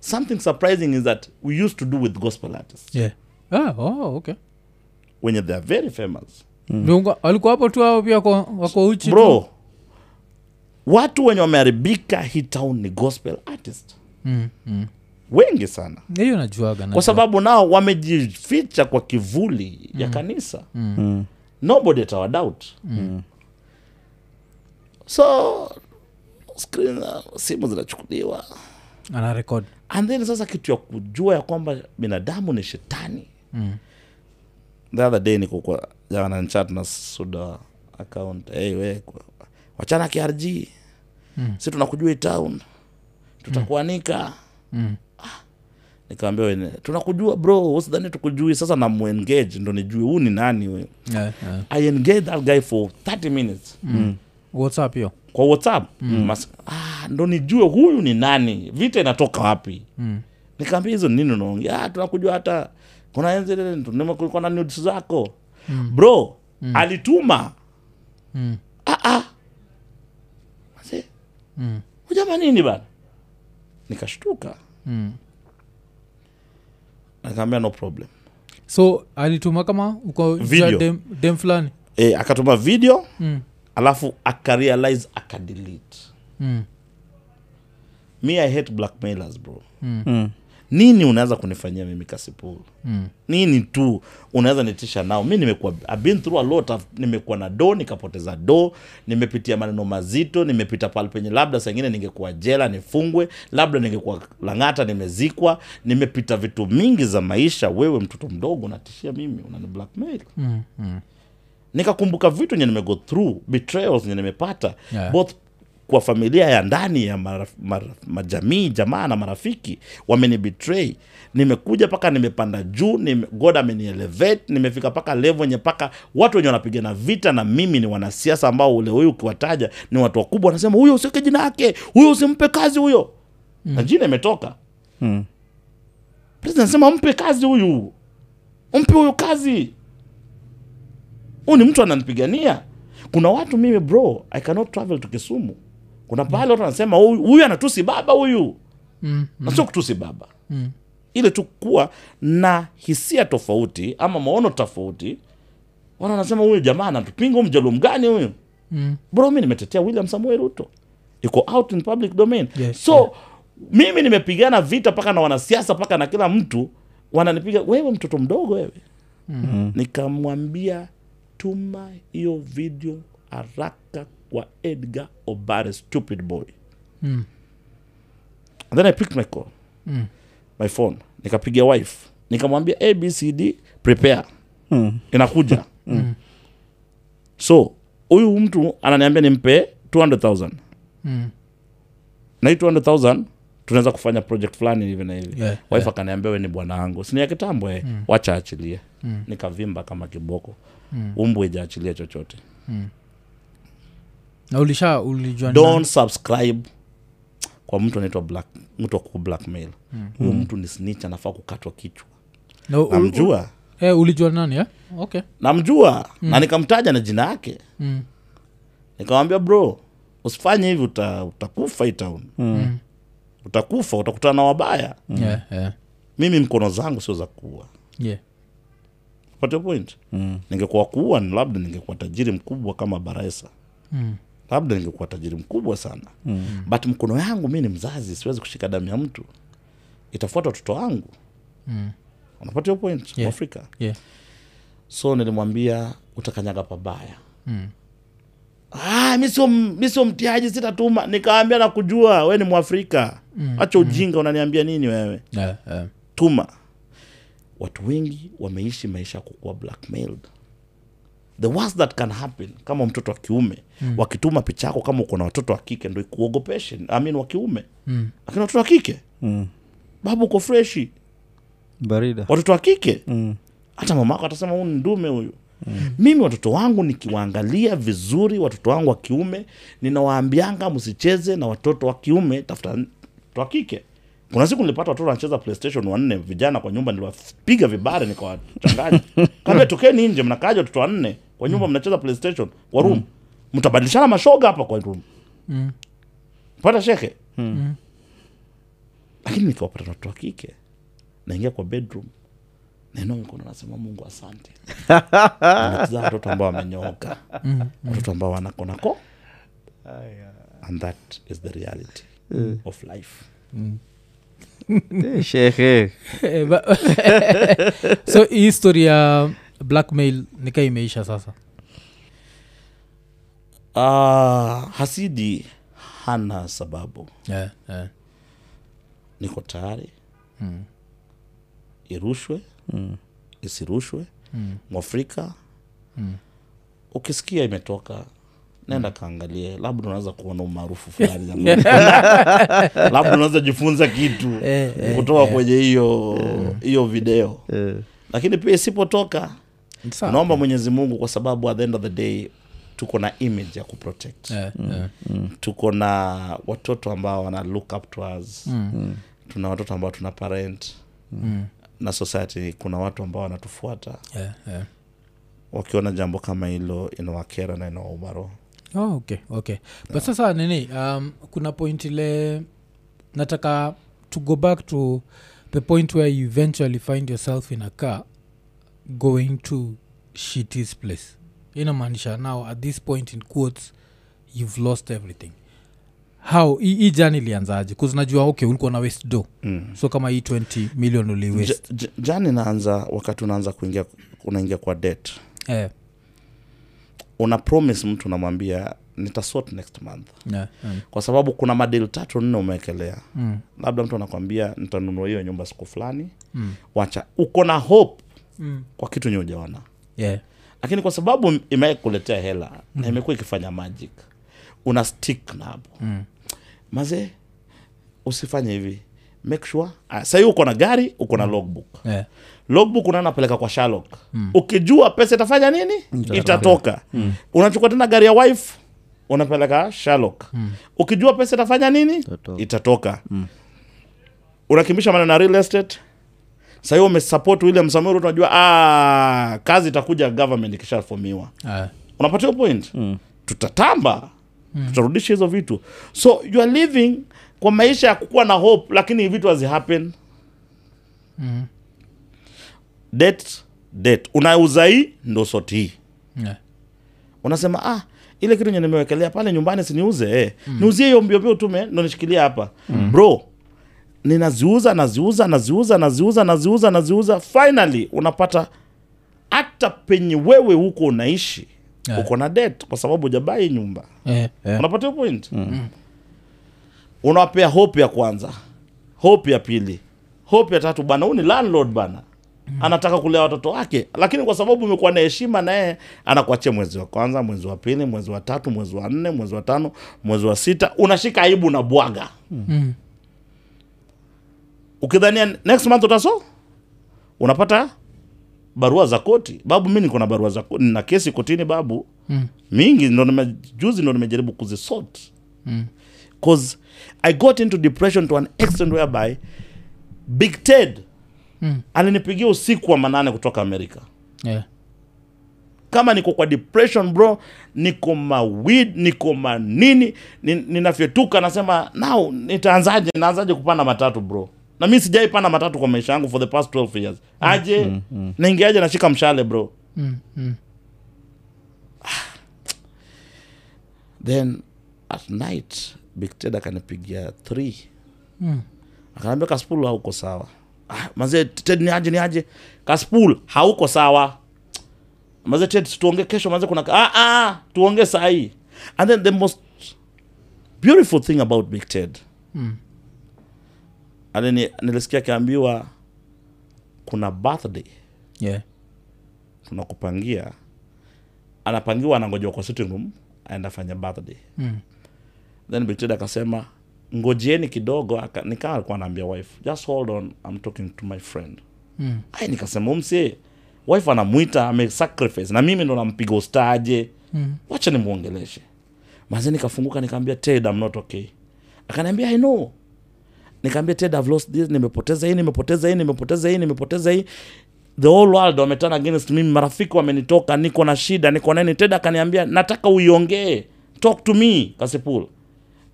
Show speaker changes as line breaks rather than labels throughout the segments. something surprising is that we used to do with gospel artists
yeah. ah, oh, okay
wenye theyare very famous
Viungo- walikuwa hapo tu hao pia wako- wako uchi tu.
Mm. bro watu wenye wameharibika hii town ni gospel artist
Mm, mm.
wengi sana
hiyo najuaga najua.
kwa sababu nao wamejificha kwa kivuli ya kanisa
Mm.
nobody atawadoubt
Mm.
so screen, uh, simu zinachukuliwa
ana record
and then sasa kitu ya kujua ya kwamba binadamu ni shetani
Mm.
the other day niko kwa jana chat na suda account hey, we kwa- wachana krg
Mm.
si tunakujua hii town tutakuanika
mm.
nikaambia wene tunakujua bro usidhani tukujui sasa namuengage ndo nijue huu ni nani we
yeah, yeah.
i engage that guy for 30 minutes
Mm. whatsapp hiyo
kwa whatsapp mm. Mas, ah, ndo nijue huyu ni nani vita inatoka wapi
Mm.
nikaambia hizo nini unaongea "Ah, tunakujua hata kuna enzi ile nime- kulikuwa na nudes zako
Mm.
bro alituma
Mm.
ah, ah. Mase,
Mm.
hujama nini bana nikashtuka
Mm.
nikaambia no problem
so alituma kama uko juu ya
Video.
dem, dem fulani
e, akatuma video
mm.
alafu akarealize akadelete
Mm.
mi i hate blackmailers bro
Mm.
nini unaweza kunifanyia mimi kasipul
Mm.
nini tu unaweza nitisha nao mi nimekuwa I've been through a lot I've- nimekuwa na do nikapoteza do nimepitia maneno mazito nimepita pale penye labda saa ingine ningekuwa jela nifungwe labda ningekuwa lang'ata nimezikwa nimepita vitu mingi za maisha wewe mtoto mdogo unatishia mimi unani blackmail
Mm. Mm.
nikakumbuka vitu nye nimego through betrayals nye nimepata
Yeah.
both kwa familia ya ndani ya mara, mara, majamii jamaa na marafiki wamenibetray nimekuja paka nimepanda juu nime, god amenielevate nimefika paka levo nye paka watu wenye wanapigana vita na mimi ni wanasiasa ambao ule huyu ukiwataja ni watu wakubwa wanasema huyo usiweke jina yake huyo usimpe kazi huyo mm. na jina imetoka
Mm.
president anasema mpe kazi huyu mpe huyu kazi huyu ni mtu ananipigania kuna watu mimi bro i cannot travel to kisumu kuna pale watu wanasema "Huyu- huyu anatusi baba huyu
Mm.
na sio kutusi baba
Mm.
ile tu kuwa na hisia tofauti ama maono tofauti wana wanasema huyu jamaa anatupinga huyu mjaluo mgani huyu
Mm.
bro mi nimetetea william samuel ruto iko out in public domain
Yes,
so
yeah.
mimi nimepigana vita paka na wanasiasa paka na kila mtu wananipiga wewe mtoto mdogo wewe mm. nikamwambia tuma hiyo video haraka kwa edgar obare stupid boy
Mm.
And then i picked my call
Mm.
my phone nikapigia wife nikamwambia abcd prepare
Hmm.
Mm.
inakuja mm. so huyu mtu ananiambia nimpe 200000
Mm.
na hii 200000 tunaweza kufanya project fulani hivi na hivi
Yeah,
wife
yeah. Hmm.
akaniambia we ni bwana wangu sini ya kitambo eh, wacha achilie nikavimba kama kiboko
Mm.
umbu ijaachilia chochote
Hmm. na ulisha ulijua ni
don't subscribe kwa mtu anaitwa black mtu aku blackmail
Hmm.
huyo mtu ni snitch anafaa kukatwa kichwa
nani? Na u-
namjua
u- eh, ulijua ni nani eh? okay
namjua na nikamtaja na jina yake
mm.
nikamwambia bro usifanye hivi uta, utakufa hii town
Mm.
utakufa utakutana na wabaya
Yeah, yeah.
mimi mkono zangu sio za kuua
Yeah.
pate point mm. ningekuwa kuua ni labda ningekuwa tajiri mkubwa kama baraesa
Mm.
labda ningekuwa tajiri mkubwa sana mm. but mkono yangu mi ni mzazi siwezi kushika damu ya mtu itafuata watoto wangu
Mm.
unapata hiyo point
Yeah.
afrika
Yeah.
so nilimwambia utakanyaga pabaya
Mm.
"Ah, mi sio m- mi sio mtiaji sitatuma nikaambia nakujua we ni mwafrika
Mm.
acha ujinga unaniambia nini wewe
Yeah, yeah.
tuma watu wengi wameishi maisha ya kukuwa blackmailed the worst that can happen kama mtoto wa kiume mm. wakituma picha yako kama uko na watoto wa kike ndo ikuogopeshe I mean wa kiume
Mm.
lakini watoto wa kike
Mm.
babu uko freshi
barida
watoto wa kike
Mm.
hata mama yako atasema huyu ni ndume huyu mm. mimi watoto wangu nikiwaangalia vizuri watoto wangu wa kiume ninawaambianga msicheze na watoto wa kiume tafuta watoto wa kike kuna siku nilipata watoto wanacheza playstation wanne vijana kwa nyumba niliwapiga vibare nikawachanganya kaambia tokeni nje mnakaaje watoto wanne kwa nyumba mnacheza playstation kwa room mtabadilishana mashoga hapa kwa room
Mm.
pata shekhe lakini nikiwapata na watoto wa kike naingia kwa bedroom nainua mikono nasema mungu asante Nimekuzaa watoto ambao wamenyooka watoto ambao wanakonako and that is the reality of life
Eh, shehe
Eh, ba- so hii histori ya blackmail nika imeisha sasa
Ah, hasidi hana sababu
yeah, yeah.
niko tayari
Mm.
irushwe
Mm.
isirushwe
Mm.
mwafrika
Mm.
ukisikia imetoka nenda kaangalie labda unaweza kuona umaarufu fulani labda unaweza jifunza kitu
Eh, eh, Mm.
kutoka kwenye hiyo hiyo video
Eh,
lakini pia isipotoka
Ni sawa.
naomba mwenyezi mungu kwa sababu at the end of the day tuko na image ya kuprotect
Yeah, yeah.
tuko na watoto ambao wana look up to us
Mm.
tuna watoto ambao tuna parent
Mm.
na society kuna watu ambao wanatufuata
Yeah, yeah.
wakiona jambo kama hilo inawakera na inawauma roho
Oh, okay, okay. but sasa nini um, kuna point ile nataka to go back to the point where you eventually find yourself in a car going to shitis place inamaanisha now at this point in quotes you've lost everything how hii hii jani ilianzaje kuzinajua okay ulikuwa na west do
mm.
so kama hii 20 million
Ja-
uliwest
ja- jani naanza wakati unaanza kuingia unaingia kwa debt
eh,
una promise mtu unamwambia nitasort next month
yeah, mm,
kwa sababu kuna madil tatu nne umewekelea
mm,
labda mtu anakwambia nitanunua hiyo nyumba siku fulani
mm,
wacha uko na hope
mm.
kwa kitu nye ujaona
yeah,
lakini kwa sababu imewai kuletea hela na imekuwa ikifanya magic una stick na hapo
mm,
mazee usifanye hivi make sure ah, sahii uko na gari uko na logbook
yeah,
logbook unanapeleka kwa shalok mm. ukijua pesa itafanya nini itatoka mm. unachukua tena gari ya wife unapeleka shalok mm. ukijua pesa itafanya nini
Itatoka.
itatoka mm. unakimbisha maneno na real estate sahii umesupport william samuel unajua ah, kazi itakuja government ikishafomiwa
yeah.
unapata hiyo point mm. tutatamba mm. tutarudisha hizo vitu so you are living kwa maisha ya kukuwa na hope lakini vitu hazihappen
Mm.
det det unauza hii ndo soti hii
yeah.
unasema ah ile kitu nye nimewekelea pale nyumbani siniuze eh. mm. niuzie hiyo mbiombio tume ndo nishikilia hapa mm. bro ninaziuza naziuza naziuza naziuza naziuza naziuza finally unapata hata penye wewe huko unaishi
Yeah.
uko na det kwa sababu hujabai nyumba
yeah, yeah.
unapata hiyo point unawapea hope ya kwanza hope ya pili hope ya tatu bana huu ni landlord bana anataka kulea watoto wake lakini kwa sababu umekuwa na heshima naye anakuachia mwezi wa kwanza mwezi wa pili mwezi wa tatu mwezi wa nne mwezi wa tano mwezi wa sita unashika aibu na bwaga
Mm.
ukidhania next month utaso unapata barua za koti babu mi niko na barua za koti na kesi kotini babu
Mm.
mingi ndo nime- juzi ndo nimejaribu kuzisort
Mm.
cause i got into depression to an extent whereby big ted
Mm.
alinipigia usiku wa manane kutoka amerika
Yeah.
kama niko kwa depression bro niko mawid niko manini ni- ninafyetuka nasema nao nitaanzaje naanzaje kupanda matatu bro na mi sijaipanda matatu kwa maisha yangu for the past 12 years aje mm, mm. naingiaje nashika mshale bro
Mm. Mm.
then at night big ted akanipigia three
Mm.
akanaambia kaspul hauko sawa ah, mazee ted ni aje ni aje kaspul hauko sawa mazee ted tuonge kesho mazee kuna ah, ah, tuonge sahii and then the most beautiful thing about big ted
Mm.
alini nilisikia akiambiwa kuna birthday
Yeah.
tunakupangia anapangiwa anangojewa kwa sitting room aenda fanya birthday
Mm.
then bigted akasema ngojieni kidogo aka- ni kama alikuwa anaambia wife just hold on i'm talking to my friend
Mm.
ai nikasema umse wife anamwita amesacrifice na mimi ndo nampiga ustaje
Mm.
wacha nimwongeleshe maze nikafunguka nikaambia ted i'm not okay akaniambia i know nikaambia ted i've lost this nimepoteza hii nimepoteza hii nimepoteza hii nimepoteza hii the whole world wameturn against mimi marafiki wamenitoka niko na shida niko nani ted akaniambia nataka uiongee talk to me kasipul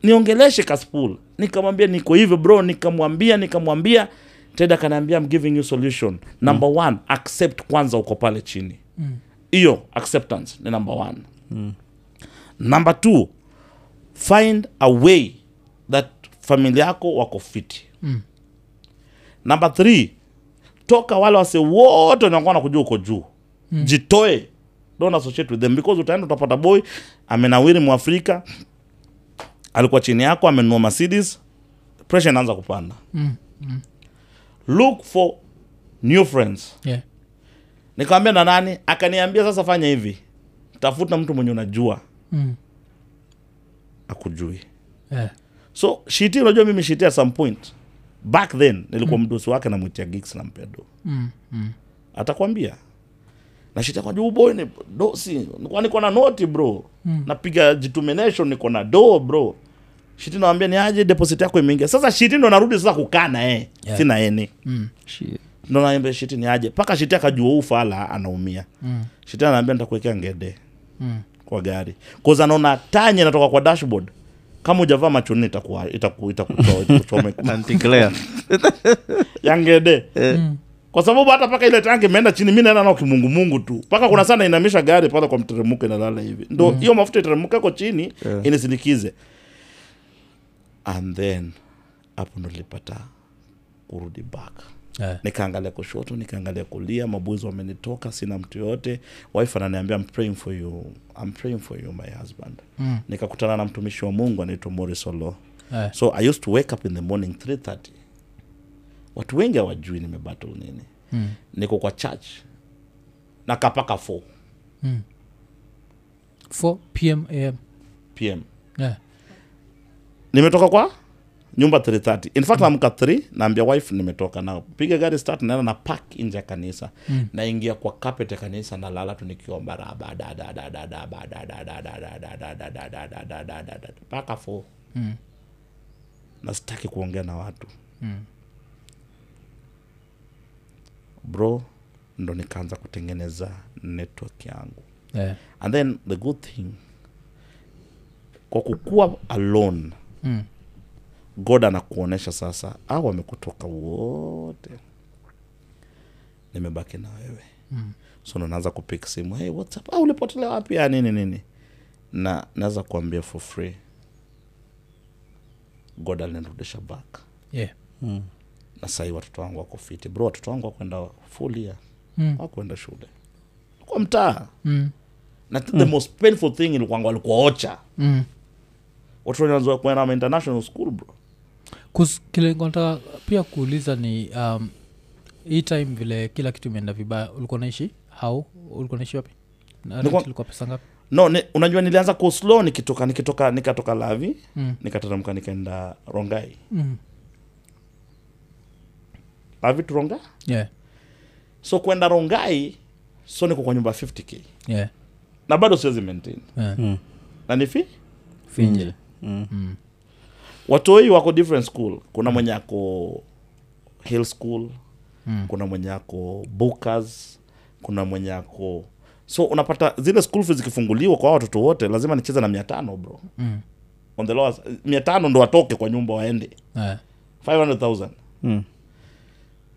niongeleshe kaspul nikamwambia niko hivyo bro nikamwambia nikamwambia ted akanaambia I'm giving you solution number mm. one accept kwanza uko pale chini hiyo mm. acceptance ni number one mm. number two find a way that familia yako wako fiti mm. number three toka wale wase wote wanakuwa nakujua uko juu mm. jitoe don't associate with them because utaenda utapata boy amenawiri mwafrika alikuwa chini yako amenunua mercedes pressure inaanza kupanda
Mm,
look for new friends
yeah.
nikamwambia na nani akaniambia sasa fanya hivi tafuta mtu mwenye unajua
Mm.
akujui
Yeah.
so shiti unajua mimi shiti at some point back then nilikuwa mdosi wake namwitia gigs na mpedo
Mm, mm.
atakwambia na shiti akwambia, "Huyu boy ni dosi nikuwa niko na noti bro
Mm.
napiga determination niko na do bro shiti nawambia ni aje deposit yako imeingia sasa shiti ndo narudi sasa kukaa na yeye
Yeah.
sina eni
Shit.
ndo naambia shiti ni aje mpaka shiti akajua huu fala anaumia
Mm.
shiti anaambia nitakuwekea ngede
Mm.
kwa gari koza anaona tanye natoka kwa dashboard kama ujavaa machoni itakuwa itaku, itakutoa
Eh.
itakuchomeka
Nanticlear.
yangede
Eh.
Mm.
kwa sababu hata paka ile tanki imeenda chini mi naenda nao kimungumungu tu mpaka
Mm.
kuna sana inamisha gari pale kwa mteremko inalala hivi ndo hiyo mafuta iteremka ko chini
Yeah.
inisindikize and then hapo ndo nilipata kurudi back
Yeah.
nikaangalia kushoto nikaangalia kulia mabuzi wamenitoka sina mtu yoyote wife ananiambia I'm praying for you I'm praying for you my husband
Mm. Eh.
nikakutana na mtumishi wa mungu anaitwa Morris Olo
Yeah.
so i used to wake up in the morning 330 watu wengi hawajui nimebattle nini
Mm.
niko kwa church nakapaka 4
4 pm am
pm
yeah.
nimetoka kwa nyumba 330 in fact naamka 3 naambia wife nimetoka na piga gari start naenda na park nje ya kanisa
Mm.
naingia kwa carpet ya kanisa nalala tu nikiomba raba da da da da da ba da da da da da da da da da da da da da da da mpaka 4
Mm.
na sitaki kuongea na watu
Mm.
bro ndo nikaanza kutengeneza network yangu
Yeah.
and then the good thing kwa kukuwa alone
Mm.
god anakuonyesha sasa au amekutoka wote nimebaki na wewe
Mm.
so ndo naanza kupik simu hey, what's up? Ah, ulipotelea wapi ya nini nini na naweza kuambia for free god alinirudisha back
Yeah.
Mm.
na sahii watoto wangu wako fiti bro watoto wangu wakwenda fulia
Mm.
wakwenda shule kwa mtaa
Mm.
na the most painful thing ilikwanga walikuwa ocha
Mm.
watoto wenye wanazoea kwenda ma international school bro
Kus- kile nataka pia kuuliza ni um, hii time vile kila kitu imeenda vibaya ulikuwa naishi how ulikuwa naishi wapi Na
Nilikuwa-
rent ilikuwa pesa ngapi
no ni, unajua nilianza ku slow nikitoka nikitoka nikatoka lavi
Mm.
nikateremka nikaenda rongai
Mm.
lavi tu ronga
yeah
so kwenda rongai so niko kwa nyumba 50k
yeah
na bado siwezi maintain
yeah.
Mm.
na nifi
Finje. Mm.
Mm.
watoi wako different school kuna mwenye ako hill school
Mm.
kuna mwenye ako bookers kuna mwenye ako so unapata zile school fees zikifunguliwa kwa hao watoto wote lazima nicheze na mia tano bro
Mm.
on the lower s- mia tano ndo watoke kwa nyumba waende
Yeah.
500000
Mm.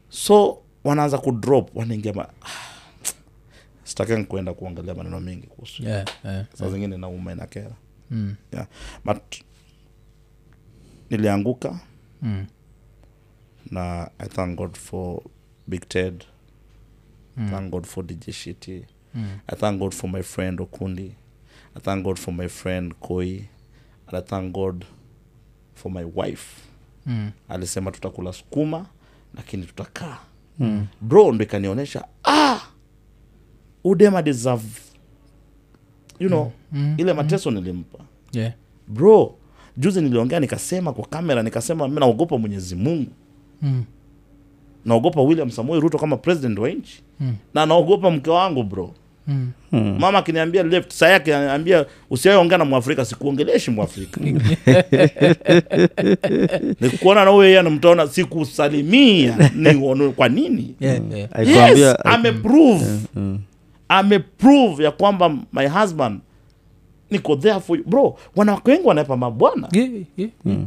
so wanaanza kudrop wanaingia ma... sitakan kuenda kuongelea maneno mengi kuhusu
Yeah. Yeah.
saa zingine nauma inakera
Mm.
yeah. but nilianguka
Mm.
na i thank god for big ted
Mm.
thank god for dj shiti
Mm.
i thank god for my friend okundi i thank god for my friend koi and i thank god for my wife
Mm.
alisema tutakula sukuma lakini tutakaa
Mm.
bro ndo ikanionyesha ah, udema deserve you know
Mm.
ile mateso nilimpa
Yeah.
bro juzi niliongea nikasema kwa kamera nikasema mi naogopa mwenyezi mungu
Mm.
naogopa william samuel ruto kama president wa nchi
Mm.
na naogopa mke wangu bro
Mm.
Mm.
mama akiniambia left saa yake ananiambia usiaiongea na mwafrika sikuongeleshi mwafrika nikuona na huyo yeye anamtaona sikusalimia ni kwa nini
Yeah. Yeah.
yes,
uh, Alikwambia
ameprove
Mm.
ameprove ya kwamba my husband niko there for you bro wanawake wengi wanaepa mabwana
Yeah, yeah.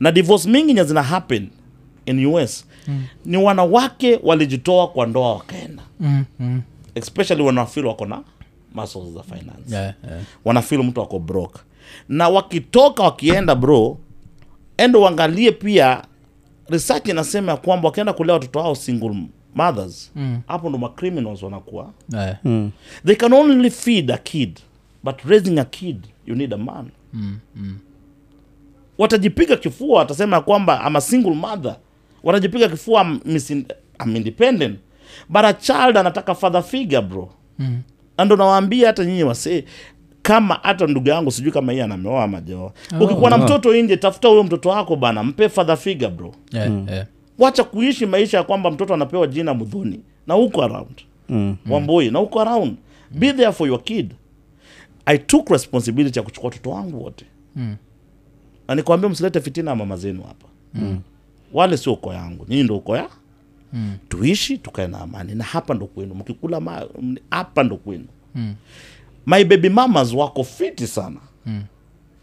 na divorce mingi nye zina happen in us mm. ni wanawake walijitoa kwa ndoa wakaenda
Mm, mm.
especially wanafil wako na muscles za finance
Yeah, yeah.
wanafil mtu ako broke na wakitoka wakienda bro endo uangalie pia research inasema ya kwamba wakienda kulea watoto wao single mothers
Mm.
hapo ndo macriminals wanakuwa
Yeah.
Mm.
they can only feed a kid but raising a kid you need a man
Mm, mm.
watajipiga kifua watasema ya kwamba ama single mother watajipiga kifua "I'm misin- I'm independent but a child anataka father figure bro
Mm.
Na ndo nawaambia hata nyinyi wasee kama hata ndugu yangu sijui kama yeye anameoa ama jaoa
Oh,
ukikuwa na
wow.
mtoto nje tafuta huyo mtoto wako bana mpe father figure bro
Yeah, yeah.
wacha kuishi maisha ya kwamba mtoto anapewa jina mudhoni na huko around
Mm.
wamboi na huko around
Mm.
be there for your kid i took responsibility ya kuchukua watoto wangu wote
Mm.
na nikwambia msilete fitina ya mama zenu hapa
Mm.
wale sio uko yangu nyinyi ndo uko ya
Mm.
tuishi tukae na amani na hapa ndo kwenu mkikula ma, m- hapa ndo kwenu
Mm.
my baby mamas wako fiti sana
Mm.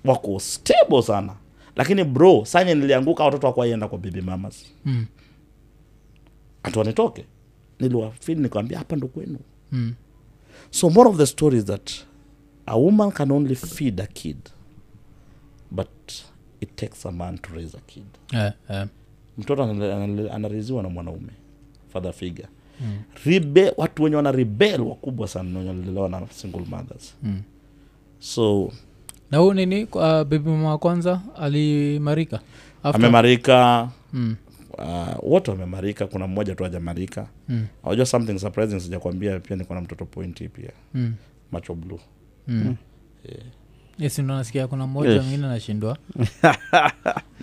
wako stable sana lakini bro sanye nilianguka watoto wako aienda kwa baby mamas
Mm.
hata wanitoke niliwafili nikawambia hapa ndo kwenu
Mm.
so more of the story is that a woman can only feed a kid but it takes a man to raise a kid
Yeah, yeah.
mtoto anale- anale- anareziwa na mwanaume father figure mm. Ribe, watu wenye wana rebel wakubwa sana wenye walilelewa na single mothers
Mm.
so
na huu nini uh, bebi mama wa kwanza alimarika After-
amemarika
Mm,
uh, wote wamemarika kuna mmoja tu ajamarika
mm,
unajua something surprising sijakwambia pia niko na mtoto pointi pia
mm,
macho blue
mm. Yes, ndo nasikia kuna mmoja
Yes.
mwingine anashindwa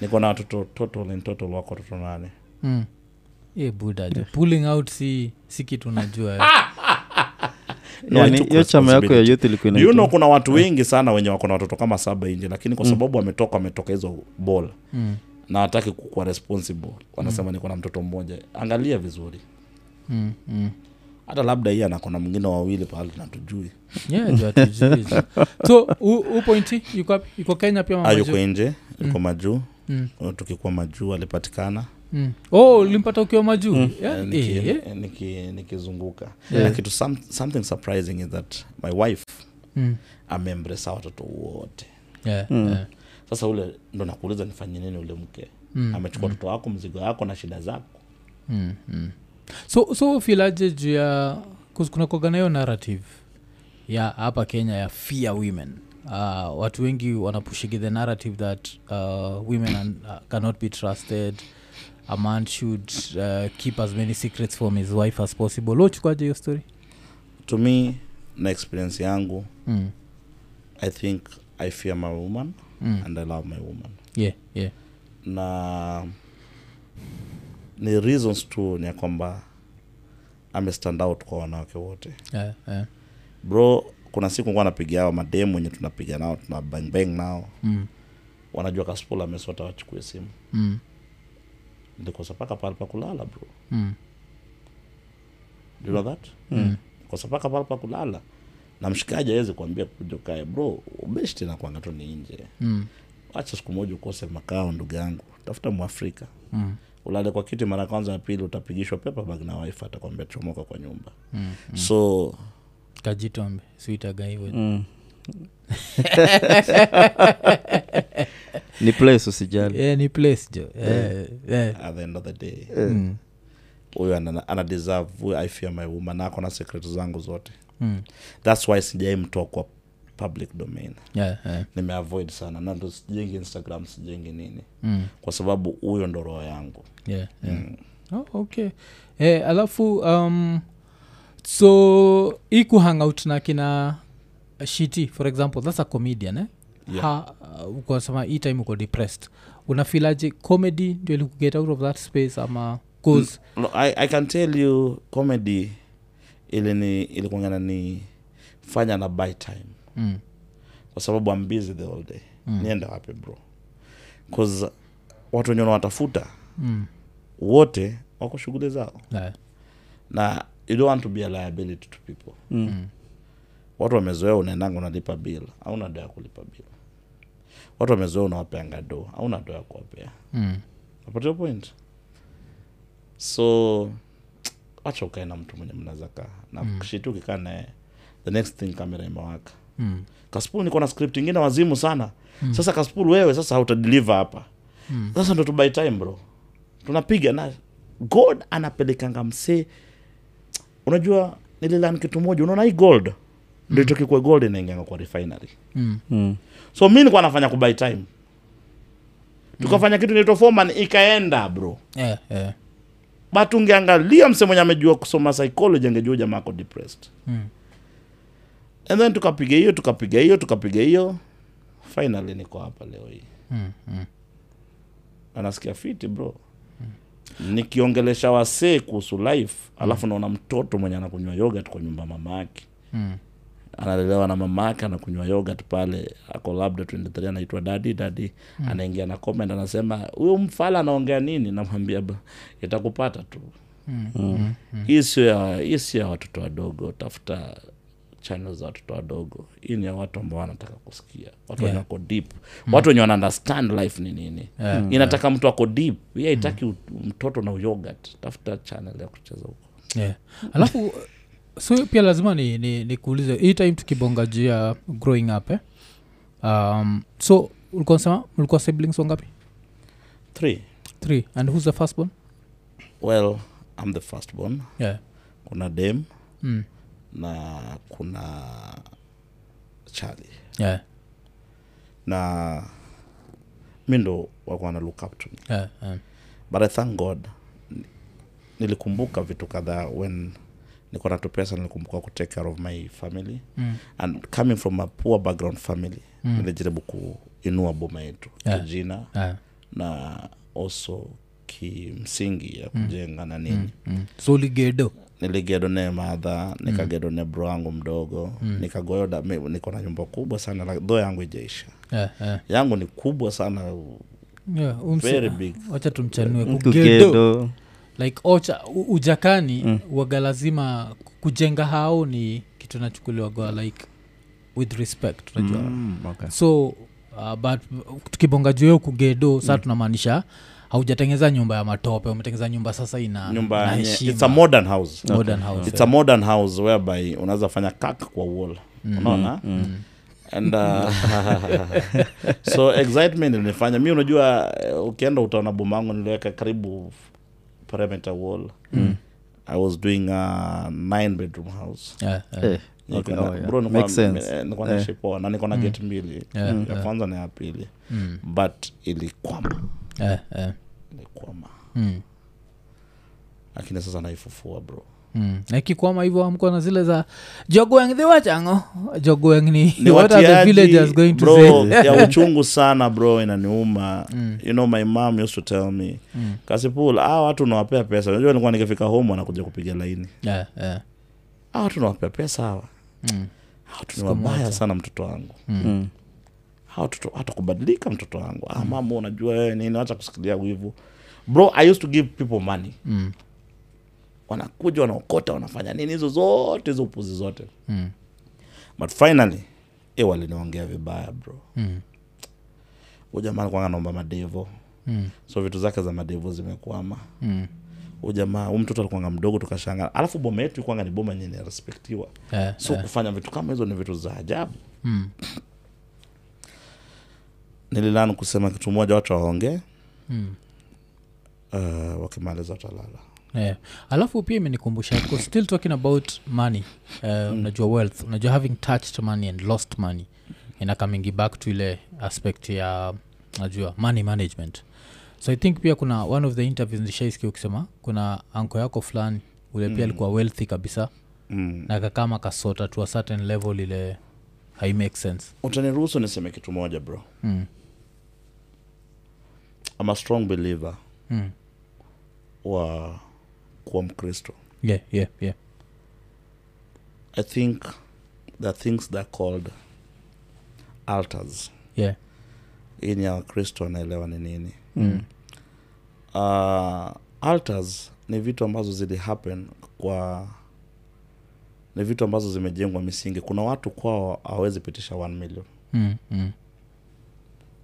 niko na watoto total in total wako watoto nane
mm. ye buda jo pulling out si, si kitu najua
No, I
yani
took
Yaani hiyo chama yako ya
responsibility.
youth ilikuwa
you know
inaitwa-
kuna watu wengi sana wenye wako na watoto kama saba nje lakini
Mm.
kwa sababu wametoka wametoka hizo bol
mm,
na wataki kukuwa responsible wanasema niko na mtoto mmoja angalia vizuri
mm, mm.
hata labda hiye anakona mwingine wawili pahali tunatujui
yeah, jo, hatujui jo. so u, u pointi yuko, yuko kenya pia mama
ayuko
jo?
nje Ah, yuko majuu
Mm,
tukikuwa majuu alipatikana
mm. oh ulimpata ukiwa majuu yeah,
Eh,
eh,
niki-
yeah.
eh, niki- nikizunguka
Yeah.
na kitu some, something surprising is that my wife
Mm,
ameembresa watoto wote
yeah,
Mm.
yeah.
sasa ule ndo nakuuliza nifanye nini ule mke
Mm,
amechukua watoto wako mzigo yako na shida zako
Mm, mm. so so filaje juu ya kunakoga nayo narrative ya hapa kenya ya fear women uh, watu wengi wanapushigi the narrative that uh, women an, uh, cannot be trusted a man should uh, keep as many secrets from his wife as possible lochukaje hiyo story
to me na experience yangu
mm.
i think i fear my woman
Mm.
and i love my woman
yeah, yeah.
na ni reasons tu ni ya kwamba ame stand out kwa wanawake wote
Yeah, yeah.
bro kuna siku nguwa napiga hao mademu wenye tunapiga nao tuna bang bang nao
Mm,
wanajua kaspola amesota wachukue simu
mm,
ndikosa paka pale pa kulala bro
mm,
Do you know that
mm,
kosa paka pale pa kulala na mshikaji awezi kuambia kuja ukae bro ubeshi tena kwanga tu ni nje
mm,
wacha siku moja ukose makao ndugu yangu tafuta mwafrika
mm,
ulale kwa kiti mara kwanza ya pili utapigishwa pepa bag na wife atakwambia chomoka kwa nyumba
mm.
so
kajitombe suitaga hivo
Mm. ni place usijali
yeah, Eh, ni place jo Eh, yeah, yeah.
at the end of the day
Mm,
huyu ana, ana deserve huyu i fear my woman na ako na secret zangu zote
mm.
thats why sijaimtoa kwa public domain
Yeah, yeah.
nimeavoid sana na ndo sijengi instagram sijengi nini
Mm.
kwa sababu huyo ndo roho yangu Mm.
yeah, yeah. Oh, okay eh, alafu um, so hii kuhangout na kina shiti for example thats a comedian eh?
Yeah.
ha uh, ukasema hii time uko depressed unafilaje comedy ndio ilikuget out of that space ama cause
No, I, i can tell you comedy ilini ilikuangana ni fanya na by time
mm.
kwa sababu I'm busy the whole day niende wapi bro cause watu wenye wanawatafuta
Mm.
wote wako shughuli zao
Yeah.
na you don't want to be a liability to people
Mm.
watu wamezoea unaendanga unalipa bil auna doa ya kulipa bil watu wamezoea unawapeanga do auna doa ya kuwapea
mm.
napata hiyo point so wacha ukae na mtu mwenye mnaweza kaa na mm. shitu ukikaa naye the next thing kamera imewaka
Mm.
kaspul niko na script ingine wazimu sana mm. sasa kaspul wewe sasa hautadeliver hapa
Mm.
sasa ndo tubai time bro tunapiga na god anapelekanga msee unajua nililan kitu moja unaona hii gold ndo itokikwe gold inainganga kwa refinery
Mm.
Mm.
so mi nikuwa nafanya kubai time tukafanya kitu naitwa foman ikaenda bro
Eh, eh.
but ungeangalia mse mwenye amejua kusoma psychology angejua jamaa ako depressed
Mm.
and then tukapiga hiyo tukapiga hiyo tukapiga hiyo finally niko hapa leo hii
Mm. Mm.
anasikia fiti bro nikiongelesha wasee kuhusu life alafu naona mtoto mwenye anakunywa yogurt kwa nyumba mama yake
Mm.
analelewa na mama yake anakunywa yogurt pale ako labda 23 anaitwa dadi dadi
Mm.
anaingia na comment anasema huyo mfala anaongea nini namwambia "Ba, itakupata tu
Mm.
Mm.
hii sio ya hii sio ya watoto wadogo tafuta channel za watoto wadogo hii ni ya watu ambao wanataka kusikia watu wenye
Yeah. Mm.
wako deep watu wenye wana understand life ni nini Mm.
Yeah. Mm.
inataka mtu ako deep hii haitaki ut- mtoto na uyogat tafuta channel ya kucheza huko
Yeah. alafu so pia lazima ni, ni, ni kuulize hii time tukibonga juu ya growing up eh? um, so ulikuwa unasema ulikuwa siblings wangapi
Three,
three and who's the first born
well i'm the first born
yeah.
kuna dem
mm.
na kuna charlie
yeah.
na mi ndo wakuwa na look up to me
yeah. yeah.
but i thank god ni- nilikumbuka vitu kadhaa when niko na tu pesa nilikumbuka ku take care of my family
Mm.
and coming from a poor background family
Mm.
mm. nilijaribu kuinua boma yetu
Yeah.
yeah. kijina
yeah.
na also kimsingi ya kujenga na nini mm.
Mm. so ligedo
niligedone madha
Mm.
nikagedone bro wangu mdogo mm. nikagoyoda mi- niko na nyumba kubwa sana like, dho yangu ijaisha
yeah. yeah.
yangu ni kubwa sana
yeah. umse-
Very big.
wacha tumchanue kugedo
kugedo
like ocha u- ujakani mm. waga lazima ku- kujenga hao ni kitu nachukuliwaga like with respect unajua
Mm, okay.
so uh, but tukibonga juu hiyo kugedo
Mm.
saa tunamaanisha haujatengeza nyumba ya matope umetengeza nyumba sasa ina
nyumba
Ah, na
yenye-
heshima.
it's a modern house
Modern house,
it's
yeah.
a modern house whereby unaweza fanya kak kwa wall
Mm-hmm.
unaona and uh, so excitement ilinifanya mi unajua eh, ukienda utaona boma yangu niliweka karibu perimeter wall
Mm.
i was doing a nine bedroom house
Yeah, yeah,
Eh, okay, oh, yeah. Makes sense. Eh.
nikonashipoa na niko na gate mbili
Mm.
Mm,
Yeah,
ya
yeah.
kwanza na ya pili
Mm,
but ilikwama
yeah, yeah.
ilikwama
Mm,
lakini sasa naifufua bro
mm. na ikikwama hivyo amko na zile za jogoeng dhiwachango jogoeng ni
Ni
what are the
watiaji,
villagers going to
bro,
say Eh, Mm.
ya uchungu sana bro inaniuma you know my mom used to tell me mm. kasipul ah, watu unawapea pesa unajua nilikuwa nikifika home wanakuja kupiga laini
yeah, yeah.
ah, watu unawapea pesa hawa
eh. Mm,
Hawa watu ni wabaya sana mtoto wangu
Mm.
Hawa watoto- hata kubadilika mtoto wangu ah,
Mm.
mama unajua wewe nini wacha kusikilia wivu bro i used to give people money
mm,
wanakuja wanaokota wanafanya nini hizo zote hizo upuzi zote
mm,
but finally e waliniongea vibaya bro
mm,
ujamaa alikuwa anaomba madevo
mm,
so vitu zake za madevo zimekwama
mm.
ujamaa huu mtoto alikuanga mdogo tukashanga alafu boma yetu ikuanga ni boma yenye inarespektiwa
Yeah,
so
yeah.
kufanya vitu kama hizo ni vitu za ajabu
Eh, Mm,
nililani kusema kitu moja watu waongee
mm.
uh, wakimaliza watalala
Yeah. Eh, alafu pia imenikumbusha 'cause still talking about money uh, unajua wealth unajua having touched money and lost money inakamingi back to ile aspect ya najua money management so i think pia kuna one of the interviews nishaiskia ukisema kuna anko yako fulani ule pia alikuwa wealthy kabisa
mm.
na kakama kasota to a certain level ile hai make sense
utaniruhusu niseme kitu moja bro
mm.
I'm a strong believer
Mm.
wa kuwa mkristo
yeah yeah yeah
i think there are things that are called altars
yeah
hii ni ya wakristo wanaelewa ni nini
Mm.
uh, altars ni vitu ambazo zili happen kwa ni vitu ambazo zimejengwa misingi kuna watu kwao hawawezi pitisha 1 million
mm, mm,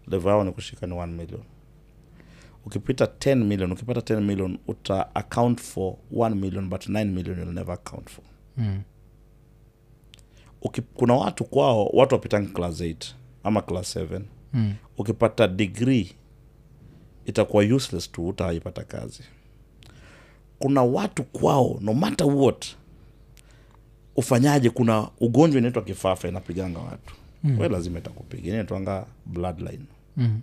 levo yao ni kushika ni 1 million ukipita 10 million ukipata 10 million uta account for 1 million but 9 million you'll never account for
mm.
Uki, kuna watu kwao watu wapitangi class 8 ama class 7
Mm.
ukipata degree itakuwa useless tu utaipata kazi kuna watu kwao no matter what ufanyaje kuna ugonjwa inaitwa kifafa inapiganga watu mm. we lazima itakupiga inaitwanga bloodline
Mm.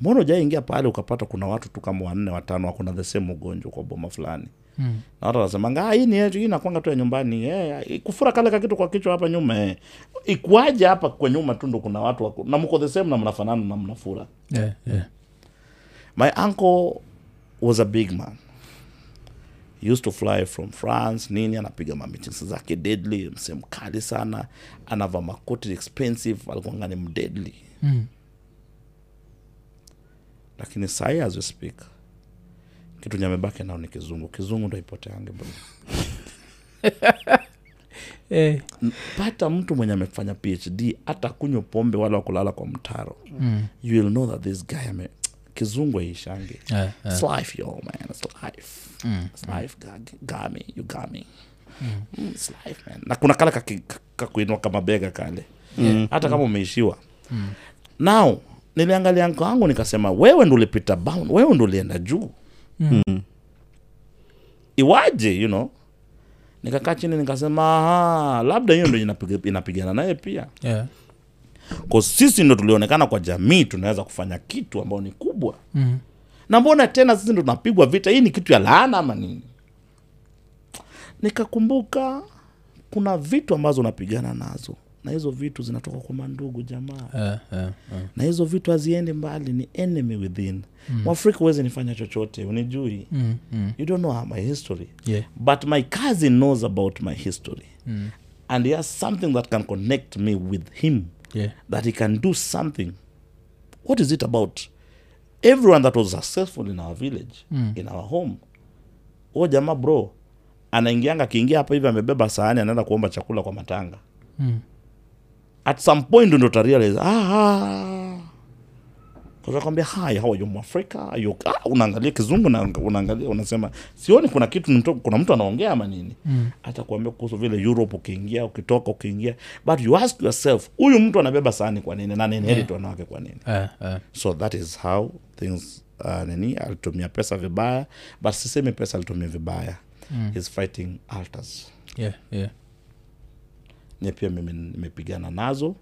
mbona ujaingia pale ukapata kuna watu tu kama wanne watano wakuna the same ugonjwa kwa boma fulani
Mm.
na watu wanasemanga "Ah, hii ni yetu hii inakwanga tu ya nyumbani eh, kufura kale kakitu kwa kichwa hapa nyuma eh. ikuaje hapa kwa nyuma tu ndo kuna watu wako, na mko the same na mnafanana na mnafura
Yeah, yeah.
my uncle was a big man He used to fly from france nini anapiga mamichings zake deadly mse mkali sana anava makoti expensive alikuanga ni mdeadly
Mm.
lakini sahi as we speak kitu nyamebaki nao ni kizungu kizungu ndo ipoteange bro
Eh,
pata mtu mwenye amefanya phd hata kunywa pombe wala kulala kwa mtaro
mm.
you will know that this guy ame kizungu aishange
Yeah, yeah.
It's life, yo, man. It's life.
Mm,
It's life. Ga- got me. You got me. Mm, It's life, man. Na kuna kale kaki- ka- kakuinua kama bega kale mm. hata kama umeishiwa
Mm.
now niliangalia nko wangu nikasema wewe ndo ulipita bound wewe ndo ulienda juu
Mm.
iwaje you know nikakaa chini nikasema "Aha, labda hiyo ndo inapiga- inapigana naye pia
Yeah.
kwa sisi ndo tulionekana kwa jamii tunaweza kufanya kitu ambayo ni kubwa
Mm.
na mbona tena sisi ndo tunapigwa vita hii ni kitu ya laana ama nini nikakumbuka kuna vitu ambazo unapigana nazo na hizo vitu zinatoka kwa mandugu jamaa
Yeah, yeah, yeah.
na hizo vitu haziendi mbali ni enemy within mwafrika huwezi nifanya chochote unijui
Mm, mm.
you don't know my history
Yeah.
but my cousin knows about my history
Mm.
and he has something that can connect me with him
Yeah.
that he can do something what is it about everyone that was successful in our village
Mm.
in our home huo jamaa bro anaingianga akiingia hapa hivi amebeba sahani anaenda kuomba chakula kwa matanga
Mm.
at some point ndo utarealize ah kakwambia haya hawa yo mwafrika yo ah, unaangalia kizungu na unaangalia unasema sioni kuna kitu ni mtu- kuna mtu anaongea ama nini
Mm.
atakuambia kuhusu vile europe ukiingia ukitoka ukiingia but you ask yourself huyu mtu anabeba sahani kwa nini na ninheriti wanawake kwa nini
Yeah, yeah.
so that is how things uh, nini alitumia pesa vibaya but sisemi pesa alitumia vibaya
Mm.
is fighting alters
Yeah, yeah.
ni pia mimi nimepigana nazo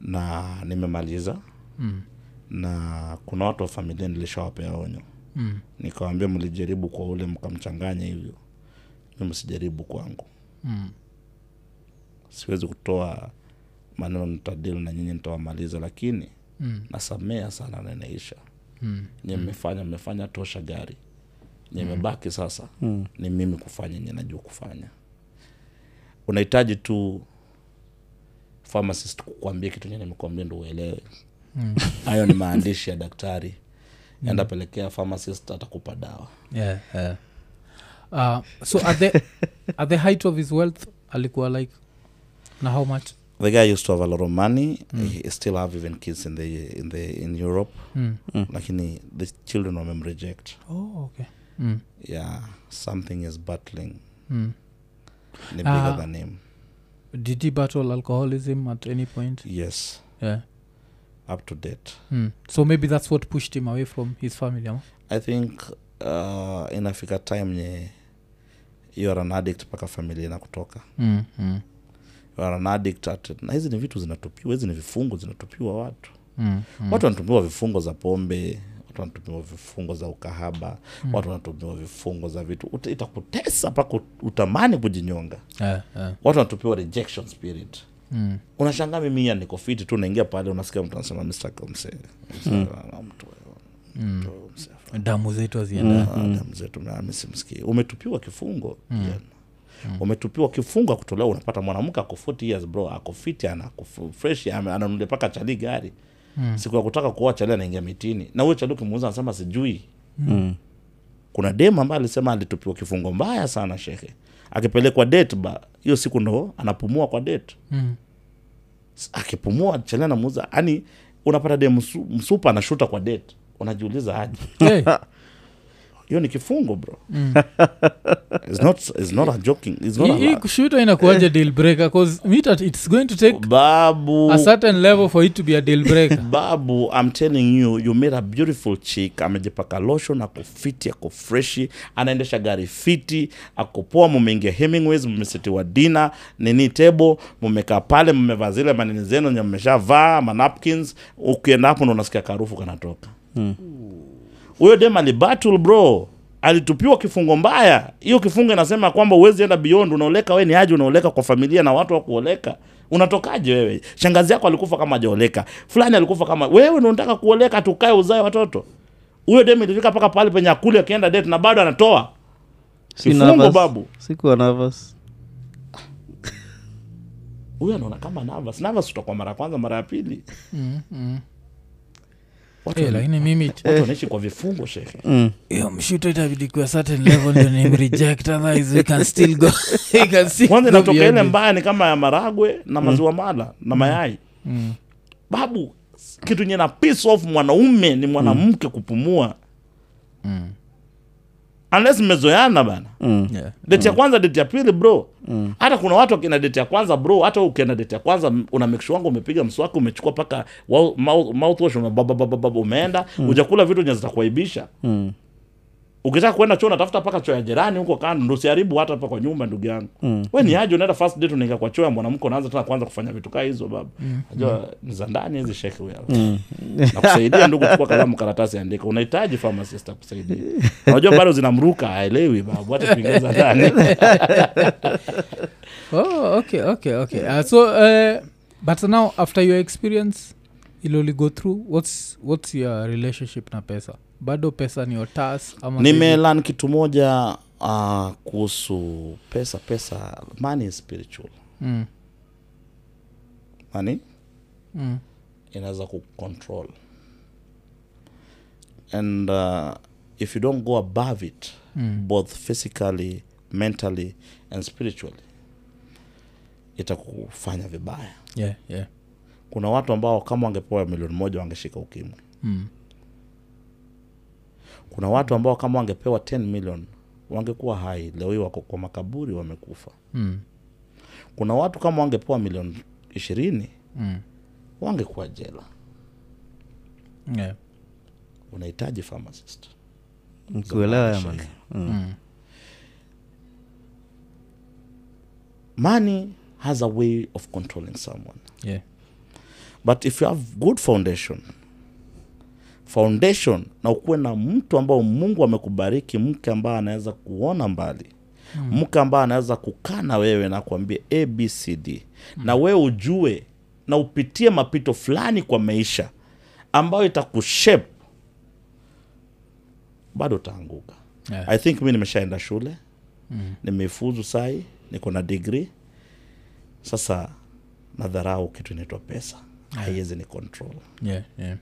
na nimemaliza
Mm.
na kuna watu wa familia nilishawapea onyo
Mm.
nikawambia mlijaribu kwa ule mkamchanganya hivyo mi msijaribu kwangu
Mm.
siwezi kutoa maneno nitadili na nyinyi nitawamaliza lakini
Mm.
nasamea sana na inaisha
Mm.
nye mmefanya mmefanya tosha gari nye mebaki sasa
Mm.
ni mimi kufanya nye najua kufanya unahitaji tu pharmacist kukwambia kitu nye nimekuambia ndo uelewe
Mm.
hayo ni maandishi ya daktari enda pelekea pharmacist atakupa dawa
Yeah, yeah. Uh, so at the, at the height of his wealth alikuwa like na how much
the guy used to have a lot of money he still have even kids in the in the in europe
mm.
lakini the children wamemreject
oh, okay. mm.
yeah something is battling
Mm.
ni bigger
Ah.
than him
did he battle alcoholism at any point
yes
yeah.
up to date
mm. so maybe that's what pushed him away from his family ama?
i think uh, inafika time nye you are an addict mpaka familia inakutoka
Mm. Mm.
you are an addict at, na hizi ni vitu zinatupiwa hizi ni vifungo zinatupiwa watu
Mm. Mm.
watu wanatumiwa vifungo za pombe watu wanatumiwa vifungo za ukahaba
Mm.
watu wanatumiwa vifungo za vitu Uta- itakutesa mpaka ut- utamani kujinyonga
Yeah, yeah.
watu wanatupiwa rejection spirit
Mm.
unashangaa mimi ya niko fiti tu naingia pale unasikia mtu anasema mr mse "Ah,
Mm. damu zetu hazienda
"Ah, msimsikii umetupiwa kifungo
Mm.
kijana. umetupiwa kifungo akutolewa unapata mwanamke ako 40 years bro ako fiti anako f- fresh ame- ananunulia paka chali gari
Mm.
siku ya kutaka kuoa chali anaingia mitini na huyo chali ukimuuza anasema sijui
Mm.
kuna dem ambaye alisema alitupiwa kifungo mbaya sana shehe akipelekwa det ba hiyo siku ndo anapumua kwa det
mm.
S- akipumua chelea namuuza yani Yaani, unapata de msu, msupa anashuta kwa det unajiuliza aje
hey.
hiyo ni kifungo bro it's not, it's not a joking it's not a
Hmm. hii
la-
kushuta inakuaja
Eh.
deal breaker cause mita its going to take
babu
a certain level for it to be a deal breaker
babu i'm telling you you made a beautiful chick amejipaka lotion ako fiti ako freshi anaendesha gari fiti ako poa mumeingia hemingways mmesetiwa dina nini tebo mmekaa pale mmevaa zile manini zenu nye mmeshavaa manapkins ukienda hapo ndo unasikia karufu kanatoka huyo dem alibatul bro alitupiwa kifungo mbaya hiyo kifungo inasema kwamba uwezi enda beyond unaoleka we ni aje unaoleka kwa familia na watu wa kuoleka unatokaje wewe shangazi yako alikufa kama ajaoleka fulani alikufa kama wewe unataka kuoleka tukae uzae watoto huyo dem ilifika mpaka pale penye akuli akienda det na bado anatoa
Si
Kifungo,
nervous.
babu.
sikuwa nervous
huyo anaona kama navas navas utakuwa mara ya kwanza mara ya pili
mm, mm.
watu
Hey,
wana-
Eh, lakini mimi
watu wanaishi kwa vifungo shehe
mm.
yo mshuta itabidi kuwa certain level ndio ni reject otherwise we can still go we can still
kwanza
go
inatoka
beyond
ile
it.
mbaya ni kama ya maragwe na maziwa mala na mayai
Mm.
babu kitu nye na piss off mwanaume ni mwanamke kupumua
Mm.
unless mmezoeana bana
Mm.
Yeah.
deti ya kwanza deti ya pili bro hata kuna watu wakina deti ya kwanza bro hata ukienda deti ya kwanza m- una make sure wangu umepiga mswaki umechukua paka wa- mouth- mouthwash umebababababa umeenda ujakula vitu nye zitakuaibisha
Mm.
ukitaka kwenda choo unatafuta paka choo ya jirani huko kando ndo usiharibu hata hapa kwa nyumba ndugu yangu
Mm.
we ni aje unaenda first date unaingia kwa choo ya mwanamke unaanza tena kwanza kufanya vitu kaa hizo baba najua ni za ndani hizi shekhe huyo nakusaidia ndugu chukua kalamu karatasi andika unahitaji pharmacist akusaidia unajua bado zinamruka aelewi babu hata kuingiza ndani
oh, okay, okay, okay. Uh, so uh, but now after your experience iloli go through what's, what's your relationship na pesa bado pesa ni otas ama
nimelan kitu moja uh, kuhusu pesa pesa money is spiritual Yaani,
mm,
money
mm,
inaweza kucontrol and uh, if you don't go above it
mm,
both physically mentally and spiritually itakufanya vibaya
yeah, yeah.
kuna watu ambao kama wangepewa milioni moja wangeshika ukimwi
Mm,
kuna watu ambao kama wangepewa 10 million wangekuwa hai leo hii wako kwa makaburi wamekufa
mm,
kuna watu kama wangepewa milioni ishirini
mm,
wangekuwa jela
yeah,
unahitaji pharmacist
mkuelewa ya
Za
maneno.
mm,
money has a way of controlling someone
yeah,
but if you have good foundation foundation na ukuwe na mtu ambao mungu amekubariki mke ambaye anaweza kuona mbali
mm,
mke ambaye anaweza kukaa na wewe na kuambia abcd na wewe ujue na upitie mapito fulani kwa maisha ambayo itakushape bado utaanguka
yeah.
i think mi nimeshaenda shule
Mm.
nimefuzu sai niko na digri sasa nadharau kitu inaitwa pesa haiwezi ni control
yeah, yeah.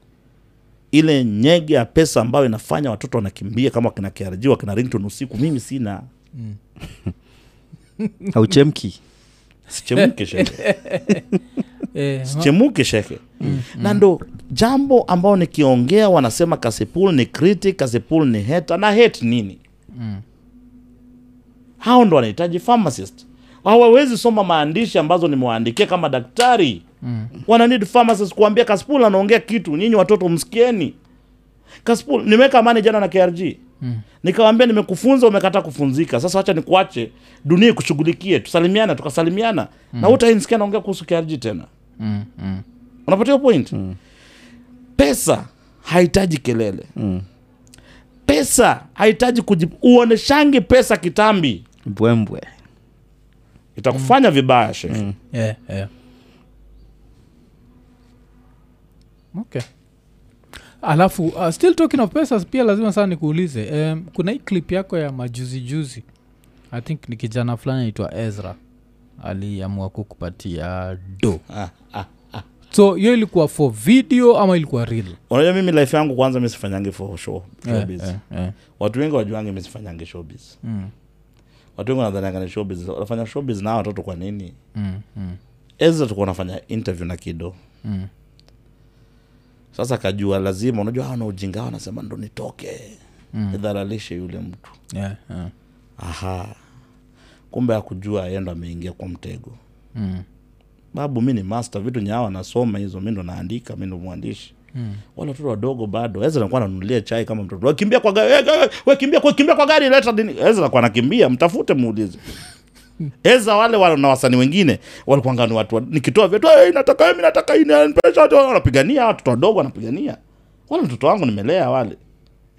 ile nyege ya pesa ambayo inafanya watoto wanakimbia kama wakina KRG wakina rington usiku mimi sina
Mm.
hauchemki
sichemuke sheke
Eh, ma-
sichemuke sheke
Mm.
na ndo jambo ambao nikiongea wanasema kasipul ni critic kasipul ni heta na hate nini
mm,
hao ndo wanahitaji pharmacist hawawezi soma maandishi ambazo nimewaandikia kama daktari
mm,
wana need pharmacist kuambia kaspul anaongea kitu nyinyi watoto msikieni kaspul nimeweka amani jana na krg
mm.
nikawambia nimekufunza umekata kufunzika sasa wacha nikuache dunia ikushughulikie tusalimiana tukasalimiana na utainsikia naongea kuhusu krg tena
Mm, mm,
unapatia hiyo point mm. pesa hahitaji kelele
Mm.
pesa hahitaji kuji uoneshangi pesa kitambi
mbwembwe
itakufanya vibaya shekhe
yeah, yeah. okay alafu uh, still talking of pesas pia lazima sana nikuulize um, kuna hii clip yako ya majuzi juzi i think ni kijana fulani aitwa ezra aliamua kukupatia do
Ah, ah.
so hiyo ilikuwa for video ama ilikuwa real
unajua mimi life yangu kwanza mi sifanyangi for show,
Eh,
showbiz.
eh, eh.
watu wengi wajuangi mi sifanyangi showbiz
Mm,
watu wengi wanadhanianga ni showbiz wanafanya showbiz na hawa watoto kwa nini
mm, mm,
ezra tukuwa nafanya interview na kido
mm.
sasa akajua lazima unajua hawa na ujinga hawa anasema ndo nitoke
Mm.
nidharalishe yule mtu
Yeah, yeah.
aha kumbe akujua yeye ndo ameingia kwa mtego
Mm,
babu mi ni master vitu nyawa nasoma hizo mi ndo naandika mi ndo mwandishi
mm.
wala watoto wadogo bado ezra nakuwa nanunulia chai kama mtoto wakimbia kwa gari "Eh, eh, we, kimbia, kwa, kimbia kwa gari leta nini ezra nakuwa nakimbia mtafute muulize eza wale wana na wasanii wengine walikuanga ni watu wa- nikitoa vitu "Eh, nataka mimi nataka hii nipe shot," wanapigania watoto wadogo wanapigania wala mtoto wangu nimelea wale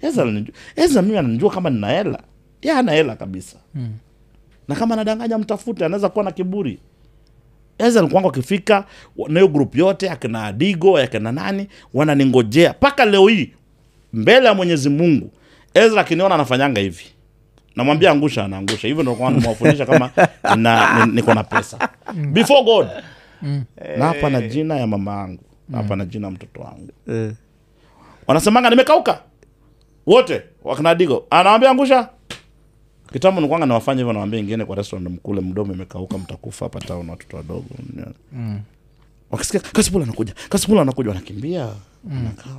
ezra ananijua- ezra mimi ananijua kama nina hela ya ana hela kabisa
Mm.
na kama anadanganya mtafute anaweza kuwa na kiburi ezra alikuwanga akifika wa- na hiyo grup yote akina adigo akina nani wananingojea mpaka leo hii mbele ya mwenyezi mungu ezra akiniona anafanyanga hivi namwambia angusha anaangusha hivyo ndo kwa namwafundisha kama na, ni, niko na pesa before god
Mm.
na hapa na jina ya mama yangu na hapa na jina ya mtoto wangu
Eh,
wanasemanga nimekauka wote wakinadigo anawambia angusha kitambo nikwanga nawafanya hivyo nawambia ingine kwa restaurant mkule mdomo imekauka mtakufa hapa town watoto wadogo
Mm.
wakisikia kasipula anakuja kasipula anakuja wanakimbia wanakaa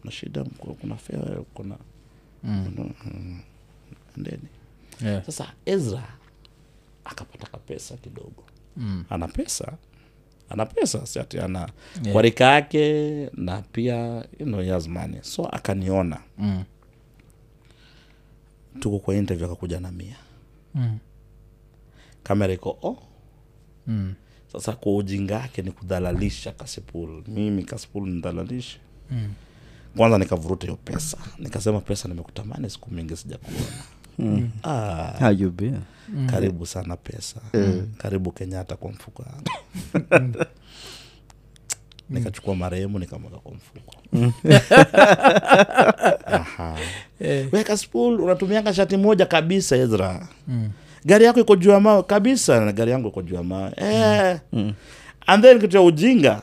kuna shida mko- kuna fea kuna kuna- mm. endeni
Yeah.
sasa ezra akapata kapesa kidogo
Mm.
ana pesa ana pesa siati ana
Yeah.
yeah. kwa rika yake na pia you know, he has money so akaniona
Mm.
tuko kwa interview akakuja na mia
Mm.
kamera iko oh.
Mm.
sasa kwa ujinga yake ni kudhalalisha kasipul mimi kasipul nidhalalishe
Mm.
kwanza nikavuruta hiyo pesa nikasema pesa nimekutamani siku mingi sijakuona
Mm.
ah,
how you been?
Mm.
karibu sana pesa karibu kenyatta kwa mfuko yangu
Mm.
nikachukua marehemu nikamweka kwa mfuko
Mm.
Aha.
Eh.
weka spool unatumianga shati moja kabisa ezra
Mm.
gari yako iko juu ya mawe kabisa na gari yangu iko juu ya mawe eh. and then kitu ya ujinga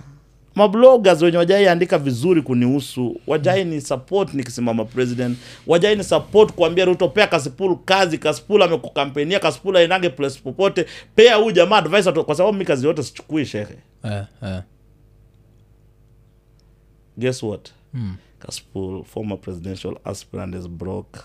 mabloggers wenye wajai andika vizuri kunihusu wajai ni support nikisimama president wajai ni support kuambia ruto pea kasipul kazi kasipul amekukampenia kasipul ainange place popote pea huyu jamaa advice atu- kwa sababu mi kazi yote sichukui shehe
Eh, eh.
guess what
Mm.
kasipul former presidential aspirant is broke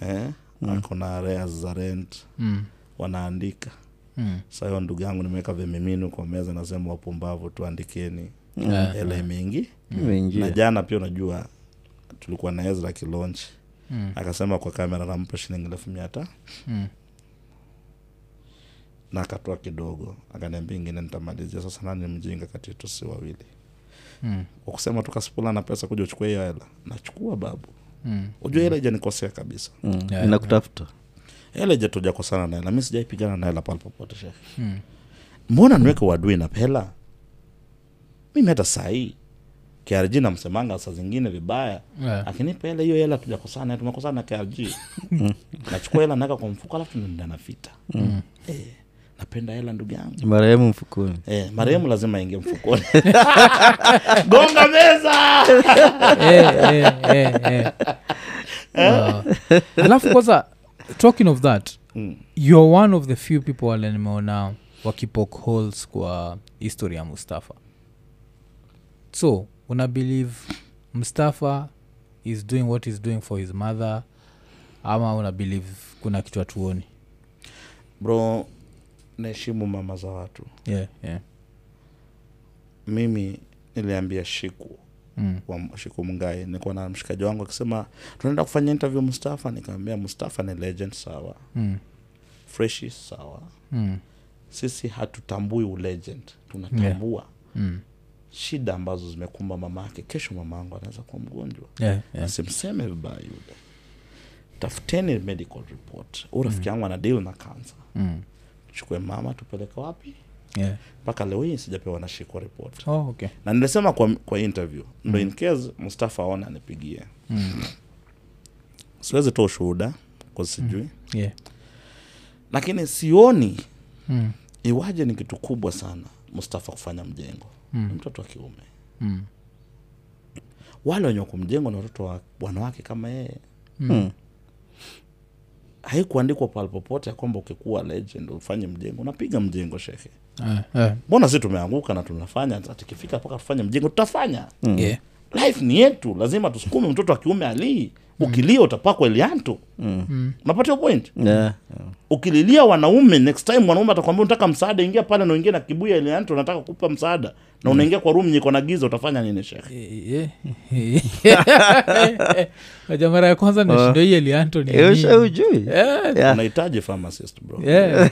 eh? akona areas za rent
Mm.
wanaandika
Mm.
sayo ndugu yangu nimeweka vimiminu kwa meza nasema wapumbavu tuandikeni
Eh,
hela mingi na
Imeingia.
jana pia unajua tulikuwa na ezra kilaunch
Mm.
akasema kwa kamera nampa shilingi elfu mia ta
Mm.
na akatoa kidogo akaniambia ingine nitamalizia sasa nani mjinga kati yetu si wawili
Mm.
kwa kusema tukasipula na pesa kuja uchukue hiyo hela nachukua babu
Mm.
ujua hela ijanikosea kabisa
Mm.
Yeah,
inakutafuta
hela ijatujakosana na hela mi sijaipigana na hela pale popote shekhe
Mm.
mbona niweke wadui na hela mimi hata sahii krg namsemanga saa zingine vibaya
Yeah.
akinipa hela hiyo hela tujakosana tumekosana krg nachukua hela naeka kwa mfuko alafu tunaenda na vita
Mm.
eh, napenda hela ndugu yangu
marehemu mfukoni
eh, marehemu lazima aingie mfukoni gonga meza
Eh, eh, eh, eh. Wow. alafu kwanza talking of that
Mm.
you're one of the few people wale nimeona wakipoke holes kwa history ya mustafa so una believe mustafa is doing what is doing for his mother ama una believe kuna kitu hatuoni
bro naheshimu mama za watu
yeah, yeah.
mimi niliambia shiku
Mm.
wa shiku mngai nilikuwa na mshikaji wangu akisema tunaenda kufanya interview mustafa nikaambia mustafa ni legend sawa
Mm.
freshi sawa
Mm.
sisi hatutambui ulegend tunatambua
Mm.
shida ambazo zimekumba mama yake kesho mama yangu anaweza kuwa mgonjwa
Yeah, yeah.
asimseme vibaya yule tafuteni medical report huu rafiki yangu ana deal na kansa
Mm.
chukue mama tupeleke wapi
Yeah.
mpaka leo hii sijapewa na shikwa report
Oh, okay.
na nilisema kwa, kwa interview ndo in case mustafa aone anipigie
Mm.
siwezi toa ushuhuda kwa
Mm.
sijui
Yeah.
lakini sioni
Mm.
iwaje ni kitu kubwa sana mustafa kufanya mjengo
Mm.
ni mtoto wa kiume
Mm.
wale wenye kumjengo na watoto wa wanawake kama yeye
Mm.
haikuandikwa pahali popote ya kwamba ukikuwa legend ufanye mjengo unapiga mjengo shehe
Eh, eh.
mbona si tumeanguka na tunafanya atikifika mpaka tufanye mjengo tutafanya
Yeah.
life ni yetu lazima tusukume mtoto wa kiume alii ukilia utapakwa elianto unapatia point
Yeah.
Mm.
ukililia wanaume next time wanaume atakwambia unataka msaada ingia pale na uingie na kibuya elianto nataka kupa msaada na unaingia kwa room nyiko na giza utafanya nini shehe
Eh, eh. Aja mara ya kwanza nashindo hii eli antony
Eh, usha- ujui
Eh,
Yeah.
unahitaji pharmacist bro
Yeah.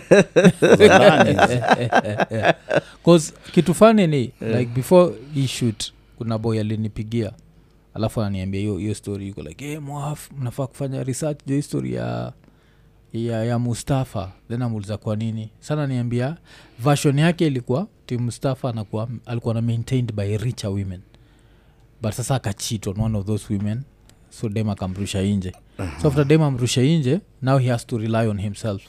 Za ndani.
Cause kitu fani ni
Eh.
like before he shoot kuna boy alinipigia alafu ananiambia hiyo hiyo story yuko like hey, mwaf mnafaa kufanya research jo hii story ya ya, ya mustafa then amuuliza kwa nini sana niambia version yake ilikuwa ti mustafa anakuwa alikuwa na maintained by richer women but sasa akachit on one of those women so dem akamrusha inje so after dem amrusha inje now he has to rely on himself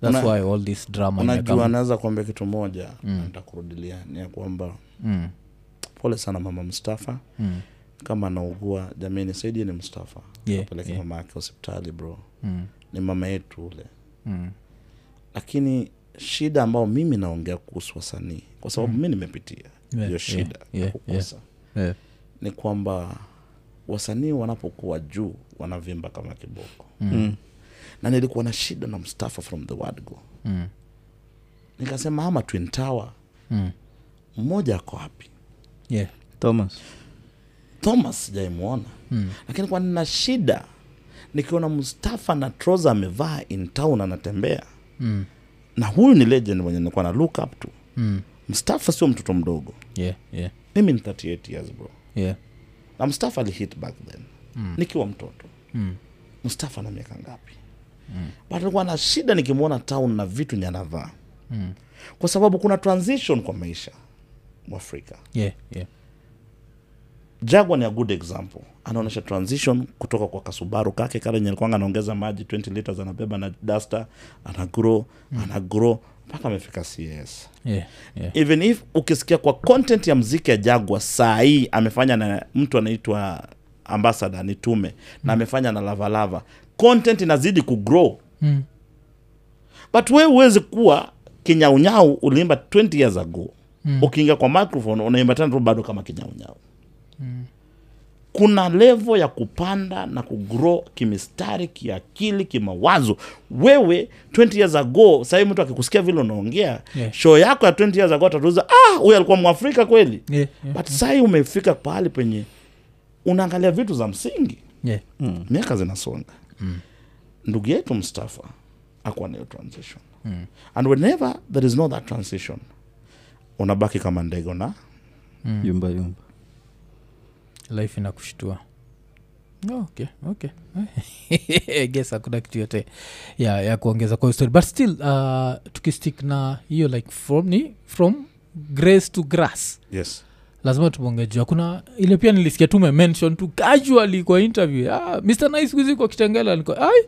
that's
Una-
why all this drama
unajua
imekam-
anaweza kuambia kitu moja ntakurudilia ni ya kwamba
Mm,
pole sana mama mustafa
mm,
kama anaugua jamani saidie ni mustafa
Yeah,
apeleke
yeah.
mama yake hospitali bro
mm,
ni mama yetu ule
mm.
lakini shida ambayo mimi naongea kuhusu wasanii kwa sababu mi nimepitia hiyo
Mhm. Yeah, yeah,
shida ya
yeah,
kukosa
Eh,
ni kwamba wasanii wanapokuwa juu wanavimba kama kiboko
Mm.
na nilikuwa na shida na mustafa from the word go
mm,
nikasema ama twin tower
mm.
mmoja ako wapi
Yeah,
Thomas.
thomas sijaimwona
mm,
lakini kwa nina shida nikiona mustafa na troza amevaa in town anatembea
mm,
na huyu ni legend mwenye nilikuwa na look up to
mm.
mustafa sio mtoto mdogo
Yeah, yeah,
mimi ni 38 years bro
yeah.
na mustafa alihit back then mm. nikiwa mtoto
Mm,
mustafa na miaka ngapi mm. but alikuwa na shida nikimwona town na vitu ni anavaa
mm.
kwa sababu kuna transition kwa maisha mwafrika
Yeah, yeah.
jagwa ni a good example anaonyesha transition kutoka kwa kasubaru kake kale yenye alikuwanga anaongeza maji 20 liters anabeba na dasta anagro mm. anagro mpaka amefika cs
Yeah, yeah.
even if ukisikia kwa content ya mziki ya jagwa saa hii amefanya na mtu anaitwa ambassador ni tume
Hmm.
na amefanya na lavalava content inazidi kugrow
Mm.
but we huwezi kuwa kinyaunyau uliimba 20 years ago
Hmm.
mm. ukiingia kwa microphone unaimba tena tu bado kama kinyaunyau mm.
Hmm.
kuna levo ya kupanda na kugrow kimistari kiakili kimawazo wewe 20 years ago sahii mtu akikusikia vile unaongea
Yeah.
show yako ya 20 years ago atatuza ah huyu alikuwa mwafrika kweli
Yeah, yeah,
but sahii umefika pahali penye unaangalia vitu za msingi
yeah.
miaka zinasonga
Mm.
ndugu yetu mustafa akuwa nayo transition
Mm.
and whenever there is no that transition unabaki kama ndege na
Mm.
Yumba yumba.
life inakushtua Oh, okay, okay. I guess hakuna kitu yote ya, ya kuongeza kwa hiyo story but still uh, tukistick na hiyo like from ni from grace to grass
yes
lazima tumongejua kuna ile pia nilisikia tu umemention tu casually kwa interview ah, mr nice skuhizi kwa kitengela niko ai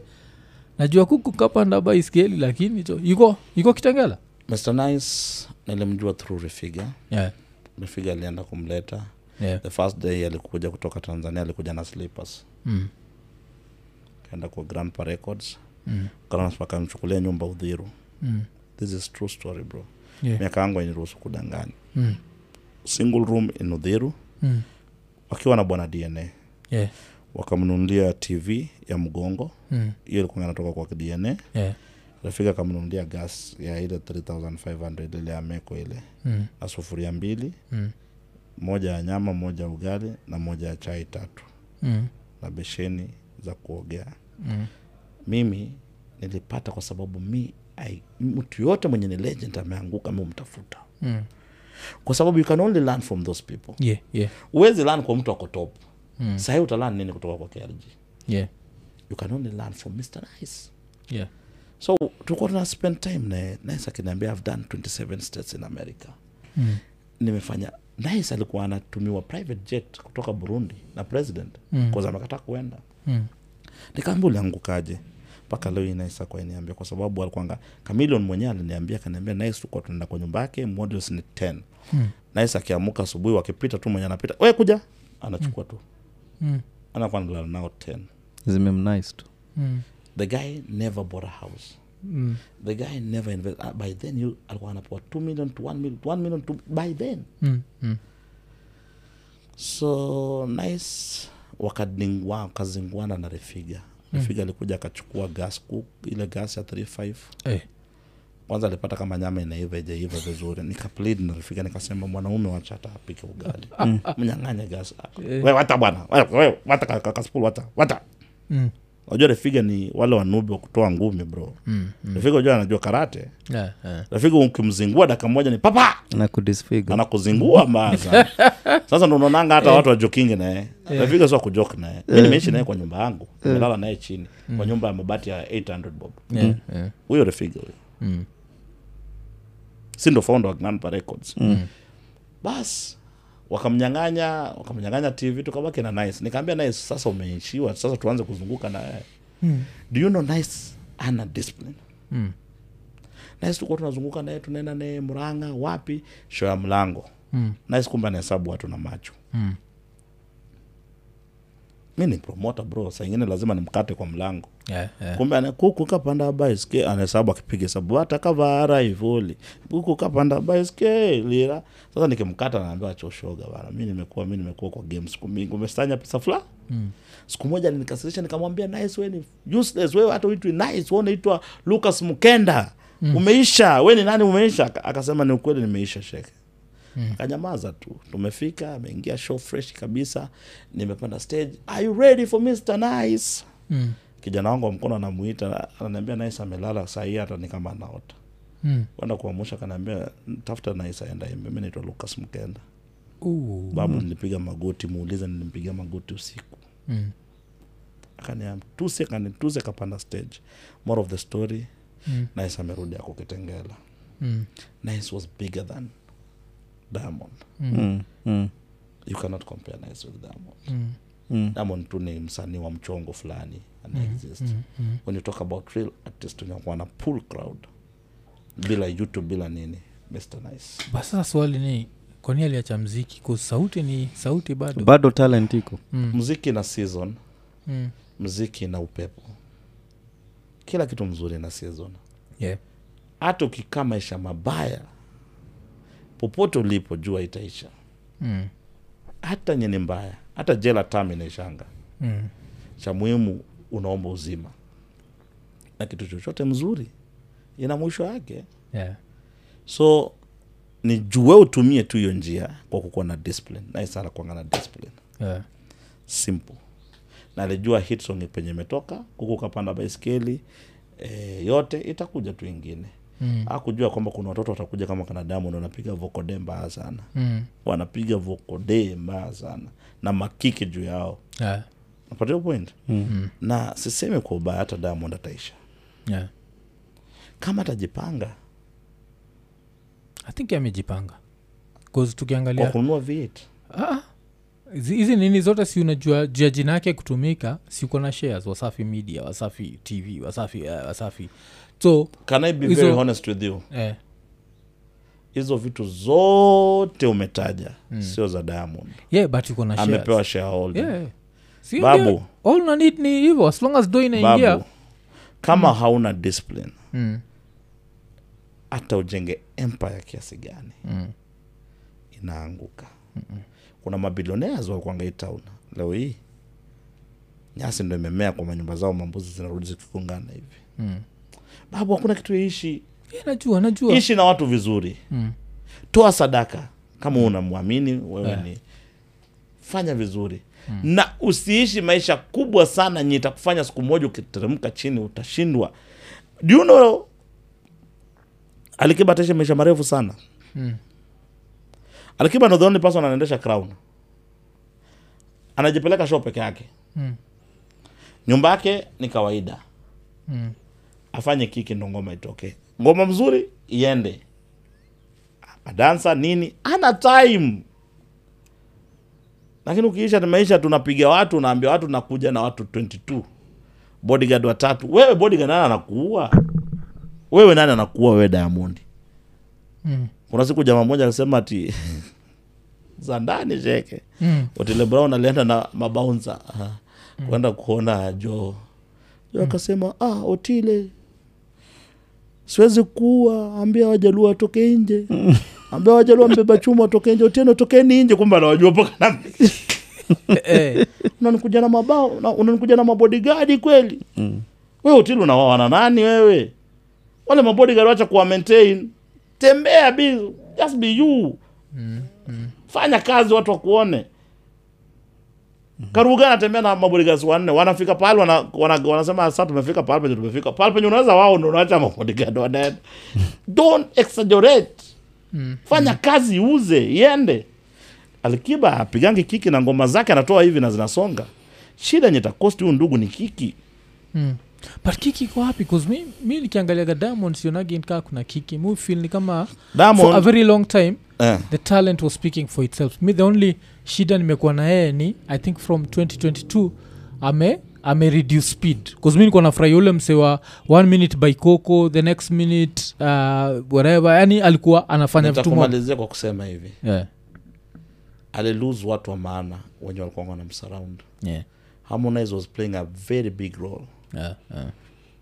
najua kuku kapanda baiskeli lakini cho yuko yuko kitengela
mr nice nilimjua through refiga
yeah,
refiga alienda kumleta
yeah.
the first day alikuja kutoka tanzania alikuja na slippers
Mm,
kaenda kwa grandpa records
mm,
grandpa akamchukulia nyumba udhiru
mm,
this is true story bro
yeah,
miaka yangu ainiruhusu kudanganya
mm,
single room in udhiru
mm,
wakiwa na bwana dna
yeah,
wakamnunulia tv ya mgongo
mm,
hiyo ilikuwa inatoka kwa dna
yeah,
rafiki akamnunulia gas ya ile 3500 ile ya meko ile
mm,
na sufuria mbili
mm,
moja ya nyama moja ya ugali na moja ya chai tatu
mm,
na besheni za kuogea
mm,
mimi nilipata kwa sababu mi I, mtu yote mwenye ni legend ameanguka mi umtafuta
mm.
kwa sababu you can only learn from those people
yeah, yeah,
huwezi learn kwa mtu ako top
Mm.
sahii utalan nini kutoka kwa krg
yeah,
you can only learn from mr nice
yeah.
so tulikuwa tuna spend time naye nice akiniambia i've done 27 states in america
Mm,
nimefanya nice alikuwa anatumiwa private jet kutoka burundi na president
Mm.
mm. amekataa kuenda
mm,
nikaambia uliangukaje mpaka leo hii nice akwa niambia kwa sababu alikuanga kamilion mwenyewe aliniambia akaniambia nice tulikuwa tunaenda kwa nyumba yake models ni 10
Mm.
nice akiamuka asubuhi wakipita tu mwenye anapita we kuja anachukua tu
mm,
anakuwa nalala nao 10
Zimemnice tu.
mm,
the guy never bought a house
mm.
the guy never invest uh, by then you alikuwa anapewa 2 million to 1 million, 1 million to, by then
Mm. Mm.
so nice wakadingwa wakazingwana na refiga refiga alikuja akachukua gas cook ile gas ya 35
Eh.
kwanza alipata kama nyama inaiva ijaiva vizuri nikaplead na refiga nikasema mwanaume wacha hata apike ugali mnyang'anye gas
Eh.
we wata bwana we, we, wata ka- ka- kaspul wata wata
Mm.
unajua refiga ni wale wanubi wa kutoa ngumi bro
Mm. Mm.
refiga unajua anajua karate
Yeah, yeah.
refiga ukimzingua daka moja ni papa
Mm.
nakudisfiga
anakuzingua mbaza sasa ndo unaonanga
Eh.
hata watu eh. wajokingi naye rafika sio kujoke naye mi nimeishi naye kwa nyumba yangu
Eh.
nimelala naye chini
Mm.
kwa nyumba ya mabati ya 800 bob
Yeah, yeah.
huyo refiga huyo
Mm.
si ndo founder wa Gnanpa records
Mm.
bas wakamnyang'anya wakamnyang'anya tv tukabaki na nice nikaambia nice sasa umeishiwa sasa tuanze kuzunguka na wewe
Mm.
do you know nice ana discipline
Mm.
nice tulikuwa tunazunguka naye tunaenda naye mranga wapi show ya mlango
Mm.
nice kumbe anahesabu watu na macho
Mm.
mi ni promota bro saa ingine lazima nimkate kwa mlango
Yeah, yeah.
kumbe ana- kuku kapanda baiske anahesabu akipiga hesabu hata kavara ivoli kuku kapanda baiske lira sasa nikimkata naambiwa choshoga bana mi nimekuwa mi nimekuwa kwa game siku mingi umestanya pesa fula
Mm.
siku moja nilikasirisha nikamwambia nice we ni useless wewe hata uitwi nice we unaitwa lucas mkenda mm. umeisha we ni nani umeisha Aka- akasema ni ukweli nimeisha sheke
Mm.
akanyamaza tu tumefika ameingia show fresh kabisa nimepanda stage are you ready for mr nice
Mm.
kijana wangu wa mkono anamuita ananiambia nice amelala saa hii hata ni kama anaota
Mm.
kwenda kuamusha kanaambia tafuta nice aenda imbe mi naitwa lucas mkenda
Ooh.
babu nilipiga magoti muulize nilimpigia magoti usiku
Mm.
akanituse kanituse kapanda stage more of the story
Mm.
nice amerudi ako kitengela
Mm.
nice was bigger than diamond
Mm.
you cannot compare nice with diamond
Mm.
diamond tu ni msanii wa mchongo fulani ana
Mm.
exist
Mm. Mm.
when you talk about real artist unakuwa na pull crowd bila youtube bila nini mr nice
Basi sasa swali ni kwani aliacha mziki ko sauti ni sauti bado
bado talent iko
mm.
mziki na season
Mm.
mziki na upepo kila kitu mzuri na season
Yeah.
hata ukikaa maisha mabaya popote ulipo jua itaisha
Mm.
hata nyeni mbaya hata jela tam inaishanga
Mm.
cha muhimu unaomba uzima na kitu chochote mzuri ina mwisho wake
Yeah.
so ni jue utumie tu hiyo njia kwa kukuwa na discipline naye sana kuanga na discipline
Yeah.
simple na alijua hit song penye imetoka huku ukapanda baiskeli e, yote itakuja tu ingine
Mm.
akujua kwamba kuna watoto watakuja kama kanadamu na wanapiga vocode mbaya sana
Mm.
wanapiga vocode mbaya sana na makiki juu yao
Yeah.
napatia point
Mm.
na sisemi kwa ubaya hata diamond ataisha
Yeah.
kama atajipanga
i think amejipanga 'Cause
kwa
tukiangalia
kununua v8
Ah, hizi hizi nini zote si unajua juu ya jina yake kutumika siuko na shares wasafi media wasafi tv wasafi eh, wasafi so
can i be
Hizo-
very honest with you
eh,
hizo vitu zote umetaja sio za diamond
yeah but uko na shares.
amepewa shareholder
yeah. Si
Babu.
ndio? all nanit ni hivyo as long as do
babu
inaingia
kama hauna discipline
mm.
hata ujenge empire kiasi gani
Mm.
inaanguka kuna mabilionaires wakwanga hii town leo hii nyasi ndo imemea kwa manyumba zao mambuzi zinarudi zikikungana hivi
Mm.
babu hakuna kitu yaishi
Yeah, najua najua
ishi na watu vizuri
mm.
toa sadaka kama unamwamini wewe
Yeah.
ni fanya vizuri na usiishi maisha kubwa sana yenye itakufanya siku moja ukiteremka chini utashindwa Do you know alikiba ataishi maisha marefu sana
Mm.
alikiba ndo the only person anaendesha crown anajipeleka show peke yake
Mm.
nyumba yake ni kawaida
Mm.
afanye kiki ndo ngoma itoke ngoma mzuri iende adansa nini ana time lakini ukiisha na maisha tunapiga watu unaambia watu nakuja na watu 22 bodyguard watatu wewe bodyguard nani anakuua wewe nani anakuua wewe diamond
Mm.
kuna siku jamaa moja alisema ati za ndani sheke
Mm.
otile brown alienda na mabaunsa ah, kwenda kuona jo mm. akasema ah, otile siwezi kuwa ambia wajaluo watoke nje ambia wajaluo mbeba chuma watoke nje otieno tokeni nje kumbe anawajua mpaka na-
Eh,
unanikuja na mabao una- unanikuja na mabodigadi kweli mm. wewe utili unawawana nani wewe wale mabodigadi wacha kuwa maintain tembea be, just be you mm. fanya kazi watu wakuone karuga anatembea na mabodigasi wanne wanafika pahali wana, wana, wanasema sa tumefika pahali penye tumefika pahali penye unaweza wao ndo unaacha mabodigadi wanaenda don't exaggerate
mm.
fanya kazi iuze iende alikiba apigangi kiki na ngoma zake anatoa hivi na zinasonga shida yenye takosti huyu ndugu ni kiki
Mm. but kiki iko wapi 'Cause mi, mi nikiangaliaga diamond sionagi kaa kuna kiki mi feel ni kama for a
Diamond,
very long time
eh,
the talent was speaking for itself mi the only shida nimekuwa na yeye ni i think from 2022 ame ame reduce speed bcause mi nikuwa nafurahia ule mse wa one minute by coco the next minute uh, whatever yani alikuwa anafanya vitu mob-
nitakumalizia kwa kusema hivi
yeah.
alilose watu wa maana wenye walikuwa wanamsurround
Yeah.
harmonize was playing a very big role
Yeah. Yeah.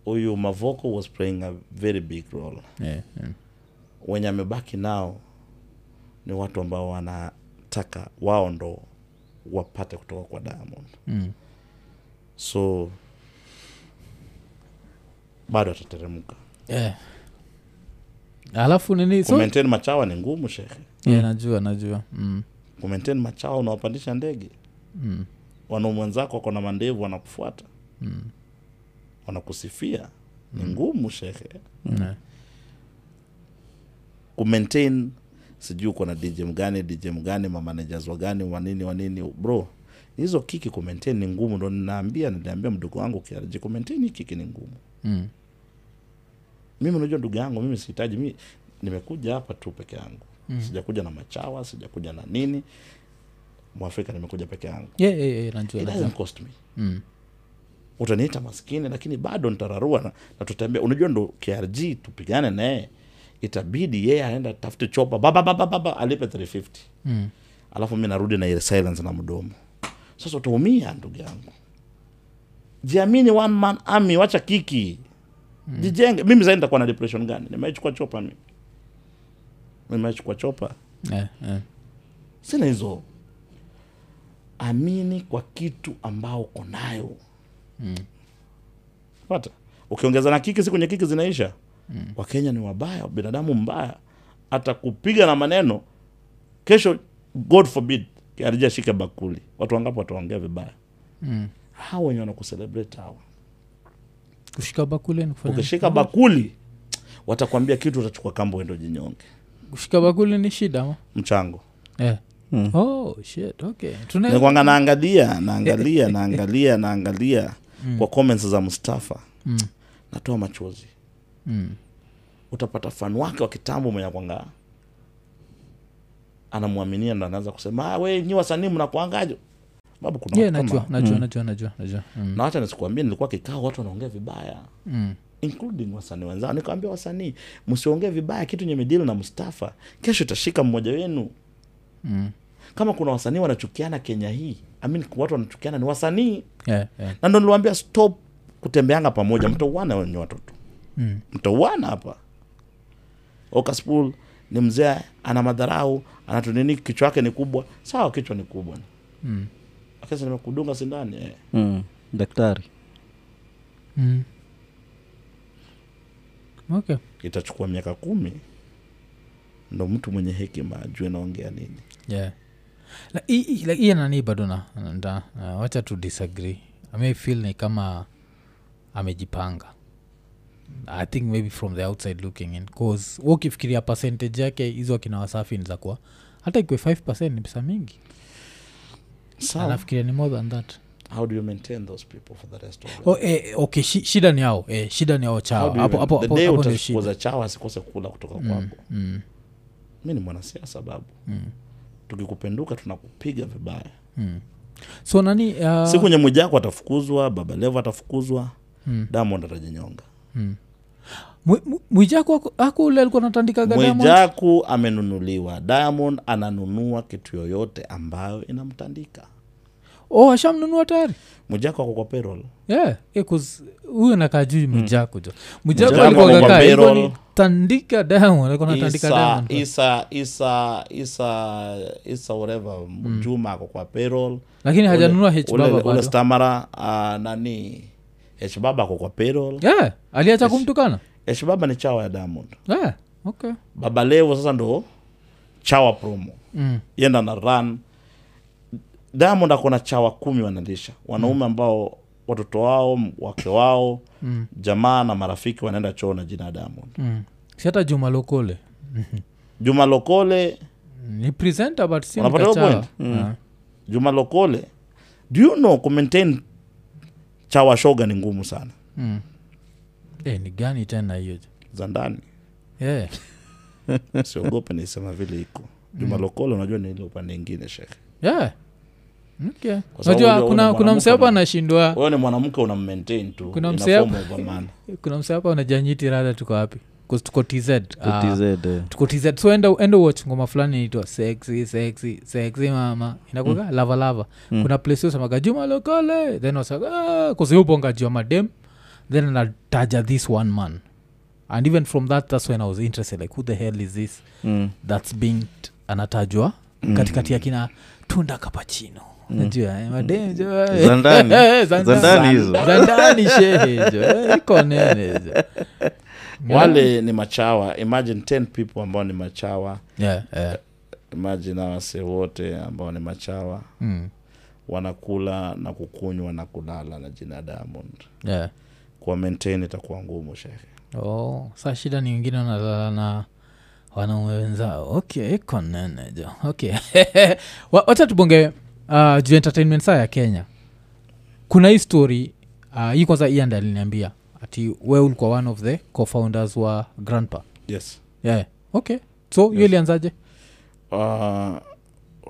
huyu mavoko was playing a very big role
Yeah.
wenye amebaki nao ni watu ambao wanataka wao ndo wapate kutoka kwa diamond
Mm.
so bado atateremka
Yeah. Eh. alafu nini so,
kumaintain machawa ni ngumu shekhe
yeah, najua najua mm.
kumaintain machawa unawapandisha ndege
Mm.
wanaume wenzako wako na mandevu wanakufuata
Mm.
wanakusifia ni ngumu shekhe
Yeah.
kumaintain sijui uko na dj mgani dj mgani mamanagers wagani wanini wanini bro hizo kiki kumaintain ni ngumu ndo ninaambia niliambia mdogo wangu kiarji kumaintain hii kiki ni ngumu
Mm.
mimi unajua ndugu yangu mimi sihitaji mi nimekuja hapa tu peke yangu
Mm.
sijakuja na machawa sijakuja na nini mwafrika nimekuja peke yangu
Yeah, yeah, yeah, najua
It
najua
doesn't cost me
Mm.
utaniita maskini lakini bado nitararua na, na tutembea unajua ndo krg tupigane naye itabidi yeye aenda tafute chopa bababababa alipe 350
Mm.
alafu mi narudi na ile silence na mdomo sasa utaumia ndugu yangu jiamini one man army wacha kiki mm. jijenge mimi zaidi nitakuwa na depression gani nimeichukua chopa mimi nimeichukua chopa
Yeah, yeah.
sina hizo amini kwa kitu ambao uko nayo
Mm.
pata ukiongeza na kiki si kwenye kiki zinaisha mm. wakenya ni wabaya binadamu mbaya hata kupiga na maneno kesho god forbid alijashika bakuli watu wangapi wataongea vibaya
Mm.
hawa wenye wanakucelebrate hawa
kushika bakule ni kufanya
ukishika bakuli watakwambia kitu utachukua kamba uendo jinyonge
kushika bakuli ni shida ma
mchango
yeah.
Mm.
oh, shit, okay. Tuna-
nikwanga naangalia naangalia naangalia naangalia kwa comments za mustafa
Mm.
natoa machozi
Mm.
utapata fan wake wa kitambo mwenye kwanga anamwaminia ndo anaanza kusema "Ah, we nyi wasanii mnakuangaje babu kuna
Yeah,
watu kama-
najua najua najua najua najua Mm,
na wacha nisikuambia nilikuwa kikao watu wanaongea vibaya
mm,
including wasanii wenzao nikawambia wasanii msiongee vibaya kitu nye medili na mustafa kesho itashika mmoja wenu
mm.
kama kuna wasanii wanachukiana kenya hii I mean, watu wanachukiana ni wasanii
Yeah, yeah.
na ndo niliwambia stop kutembeanga pamoja mtauana wenye watoto
Mm.
mtauana hapa okaspul ni mzee ana madharau anatunini kichwa yake ni kubwa sawa kichwa ni kubwa
Mm.
akasa nimekudunga sindani eh.
mm. daktari
Mm. okay
itachukua miaka kumi ndo mtu mwenye hekima ajue naongea nini
yeah La- hii- hii- like, hii nani bado na nda na wacha tu disagree ame feel ni kama amejipanga i think maybe from the outside looking in cause wa ukifikiria percentage yake hizo akina wasafi ni za kuwa hata ikwe 5 ni pesa mingi Na
sawa
nafikiria ni more than that
how do you maintain those people for the rest of
oh, eh, okay shi, shida ni ao eh, shida ni ao chao hapo hapo hapo
day
hapo ndio shida
utakoza chawa asikose kula kutoka kwako
mm,
mi ni mwanasiasa babu tukikupenduka tunakupiga vibaya
mm. so nani uh,
si kwenye mwijako atafukuzwa baba levo atafukuzwa
Mm.
diamond atajinyonga
Mwi- Mwi- mwijaku ako- ako ule alikuwa anatandikaga Diamond?
mwijaku amenunuliwa diamond ananunua kitu yoyote ambayo inamtandika
oh ashamnunua tayari
mujako ako kwa payroll
yeah, eh, 'cause huyo nakaa juu
Hmm.
mjako jo mjako
Mujako
alikuwaga
alikuwa
kaa,
payroll.
alikuwa ni tandika diamond alikuwa anatandika
isa
diamond
isa isa isa isa whatever
Mm.
juma ako kwa payroll Ule-
lakini hajanunua
ule-
hbaba
ule
bado
stamara uh, nani hbaba ako kwa payroll
yeah, aliacha kumtukana
hbaba ni chawa ya diamond
yeah, okay
baba levo sasa ndo chawa promo
mm.
yenda na run diamond ako na chawa kumi wanalisha wanaume ambao watoto wao m- wake wao
Mm.
jamaa na marafiki wanaenda choo na jina ya diamond
Mm. si hata juma lokole
juma lokole
ni Ah, presenter but si
Unapata hiyo
mkachawa
point? Hmm. juma lokole do you know kumaintain chawa shoga ni ngumu sana
mm. eh, ni gani tena hiyo jo?
za ndani
yeah.
siogope naisema vile iko
Mm.
juma lokole unajua ni ile upande ingine shekhe
yeah. okay.
Kwa sababu
Unajua,
ule- ule
kuna, kuna
mwanamke
msee hapa
na-
anashindwa
wewe ni mwanamke una maintain tu
Kuna
in a
msee-
form of a man.
kuna msee hapa unajanyiti rada tuko wapi 'Cause tuko tz Ah,
TZ, eh.
tuko tz so enda, enda watch ngoma fulani inaitwa sexy sexy sexy mama inakuga mm. lava lava mm. kuna place usemaga juma lokole then wasaga kusiuponga jua madem then anataja this one man and even from that that's when i was interested like who the hell is this
Mm.
that's being t- anatajwa mm. katikati ya kina tunda kapachino najua eh, madem jo, eh.
Za ndani.
Eh, za
Za ndani
ndani.
hizo.
Za ndani shehe jo, eh, iko nene jo. Yaani?
wale ni machawa imagine 10 people ambao ni machawa
Yeah, yeah.
imagine awase wote ambao ni machawa
Mm,
wanakula na kukunywa na kulala na jina ya diamond
yeah.
kuwa maintain itakuwa ngumu shehe
oh, saa shida ni wengine wanalala na wanaume wenzao okay iko nene jo okay Wa- wacha tubonge uh, juu entertainment saa ya kenya kuna hii story uh, hii kwanza iand aliniambia ati we ulikuwa one of the co-founders wa grandpa
yes
yeah. okay so hiyo ilianzaje
uh,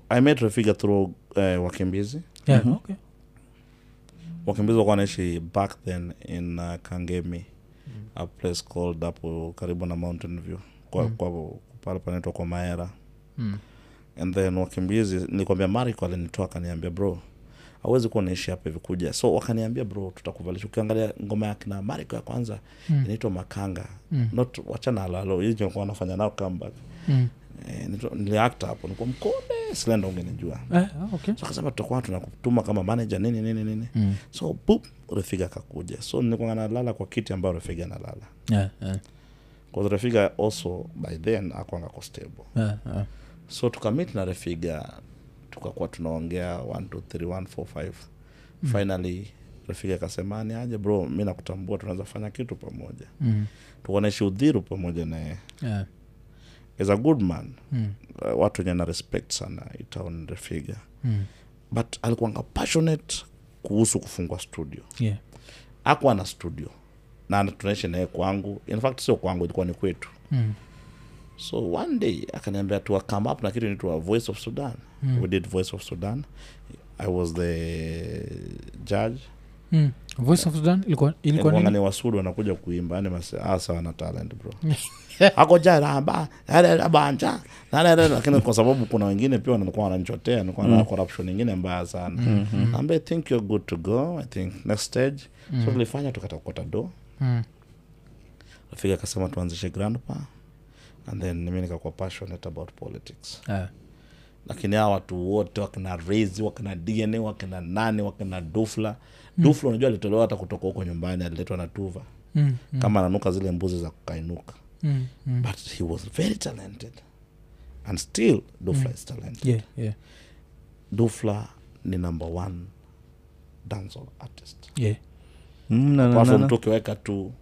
i met refiga through uh, wakimbizi
yeah. okay.
wakimbizi wakuwa naishi back then in uh, kangemi a place called hapo karibu na mountain view kwa,
Mm.
kwa pale panaitwa kwa maera
mm.
and then wakimbizi nilikwambia mariko alinitoa akaniambia bro awezi kuwa naishi hapa hivi kuja so wakaniambia bro tutakuvalisha ukiangalia ngoma ya kina mariko ya kwanza
Mm.
inaitwa makanga
Mm.
not wachana halalo hiiikuwa nafanya nao comeback
Mm.
eh, nito- niliakta hapo nikuwa mkone slenda ungenijua
Eh, ah, okay.
so akasema tutakuwa tunakutuma kama manager nini nini nini
Mm.
so pup refiga akakuja so nilikuwa nalala kwa kiti ambayo refiga analala
Yeah, yeah,
bcause refiga also by then akwanga ko stable
yeah, yeah.
so tukamit na refiga tukakuwa tunaongea 1 2 3 1 4 5 finally refiga akasema ni aje bro mi nakutambua tunaweza fanya kitu pamoja
Mm.
tukanaishi udhiru pamoja naye
Yeah.
as a good man
Mm.
uh, watu wenye na respect sana itaon refiga
Mm.
but alikuwanga passionate kuhusu kufungua studio
Yeah.
akuwa na studio na tunaishi naye kwangu in fact sio kwangu ilikuwa ni kwetu
Mm.
so one day akaniambia tuwa come up na kitu inaitwa voice of sudan
Mm.
we did voice of sudan i was the judge
Mm. voice of sudan ilikuwa, ilikuwa
ilikuwanga
nini?
ni wasudi wanakuja kuimba yani ah, sawa na talent bro ako jaraba banja lakini kwa sababu kuna wengine pia wanakuwa wananichotea nikuwa na corruption ingine mbaya sana naambia i think you're good to go i think next stage so tulifanya tukatakota do
Mm.
rafiki akasema tuanzishe grandpa and then mimi nikakuwa passionate about politics
Yeah.
lakini hawa watu wote wakina rezi wakina dna wakina nane wakina dufla dufla unajua alitolewa hata kutoka huko nyumbani aliletwa na tuva
Mm. Mm.
kama ananuka zile mbuzi za kukainuka
Mm. Mm.
but he was very talented and still dufla is talented
Yeah, yeah,
dufla ni number one dancehall artist
yeah.
Mm, na- na-
apart
na-
from
na.
tu ukiweka tu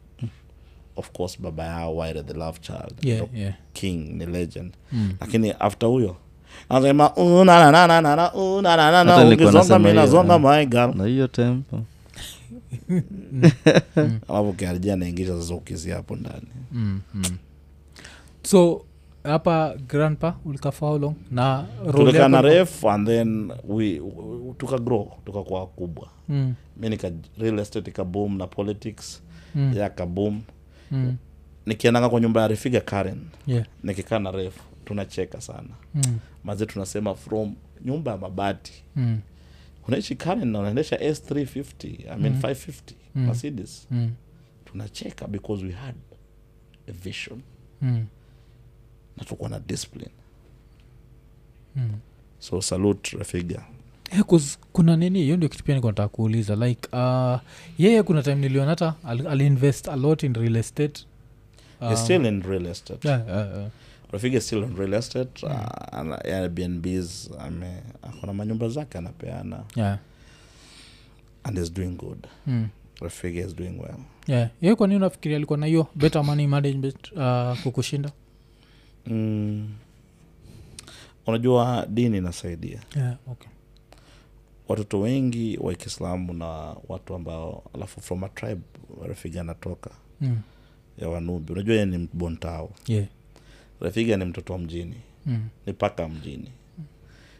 of course baba yao wire the love child
Yeah,
ndo
yeah.
king ni legend
Hmm.
Mm.
lakini after huyo anasema unanananana
Hata
unananana
nilikuwa
ukizonga
nasema
mi
hiyo,
nazonga
eh.
maega
na hiyo time oh.
alafu kiarjia naingisha sasa ukizi hapo ndani
Mm. Mm. so hapa grandpa ulikafa how long na role
tulikaa na
yako-
ref and then we, we, tukagrow tukakuwa kubwa
Mm.
mi nika real estate ikaboom na politics
Hmm.
Mm.
ya kaboom
Mm.
nikiendanga kwa nyumba ya refiga karen
Yeah.
nikikaa na ref tunacheka sana
Mm.
maze tunasema from nyumba ya mabati
Mm.
unaishi karen na unaendesha s350 i mean
Hmm.
Mm.
550
Mm.
mercedes
mm,
tunacheka because we had a vision
mm,
na tukuwa na discipline
mm.
so salute rafiga
Eh, 'cause kuna nini hiyo ndio kitu pia niko nataka kuuliza like uh, yeye kuna time niliona hata al- aliinvest a lot in real estate
um, still in real estate
yeah, uh, yeah, yeah.
rafiga is still in real estate uh, ana- airbnbs ame akona manyumba zake anapeana
Yeah.
and is doing good
Mm.
rafiga is doing well
yeah. yeye kwa nini unafikiria alikuwa na hiyo better money management uh, kukushinda
mm. unajua dini inasaidia
yeah, okay.
watoto wengi wa kiislamu na watu ambao alafu from a tribe rafiga anatoka
mm.
ya wanubi unajua yeye ni bontao
yeah.
rafiga ni mtoto wa mjini
mm.
ni paka mjini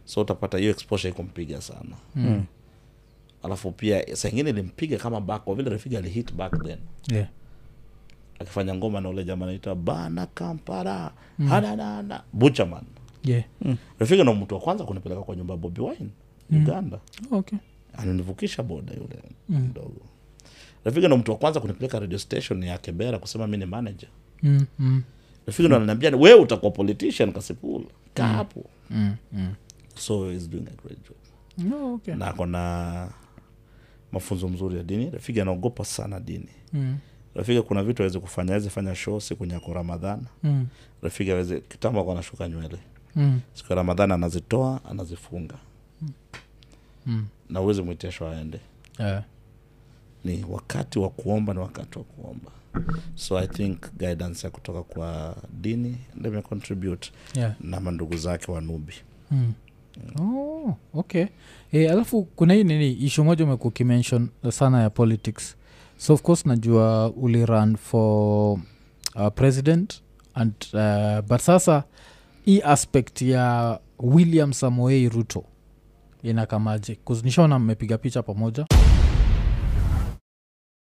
so utapata hiyo exposure ikumpiga sana
Mm.
alafu pia saingine ilimpiga kama back kwa vile rafiga alihit back then
Yeah.
akifanya ngoma na ule jamaa anaitwa bana kampara
Mm.
hananana buchaman
Yeah.
rafiga ndo mtu wa kwanza kunipeleka kwa nyumba ya bobi wine
Mm.
uganda
Okay.
alinivukisha boda yule
Mm.
mdogo rafiga ndo mtu wa kwanza kunipeleka radio station ya kebera kusema mi ni manager
Mm. Mm.
rafiga ndo ananiambia wewe utakuwa politician kasipula kaa hapo
Mm. Mm.
so is doing a great job
No, okay.
na akona mafunzo mzuri ya dini rafiki anaogopa sana dini
Mm.
rafiki kuna vitu aweze kufanya aweze fanya show siku nyako ramadhan
Mm.
rafiki aweze kitambo ako anashuka nywele
Mm.
siku ya ramadhan anazitoa anazifunga
Mm.
na uweze mwitisho aende
Yeah.
ni wakati wa kuomba ni wakati wa kuomba so i think guidance ya kutoka kwa dini ndo imecontribute
Yeah.
na mandugu zake wanubi
Mm. Oh, okay e, alafu kuna hii nini ishu moja umekuwa ukimention sana ya politics so of course najua ulirun for uh, president and uh, but sasa hii aspect ya william samoei ruto inakamaje kuzinishaona mmepiga picha pamoja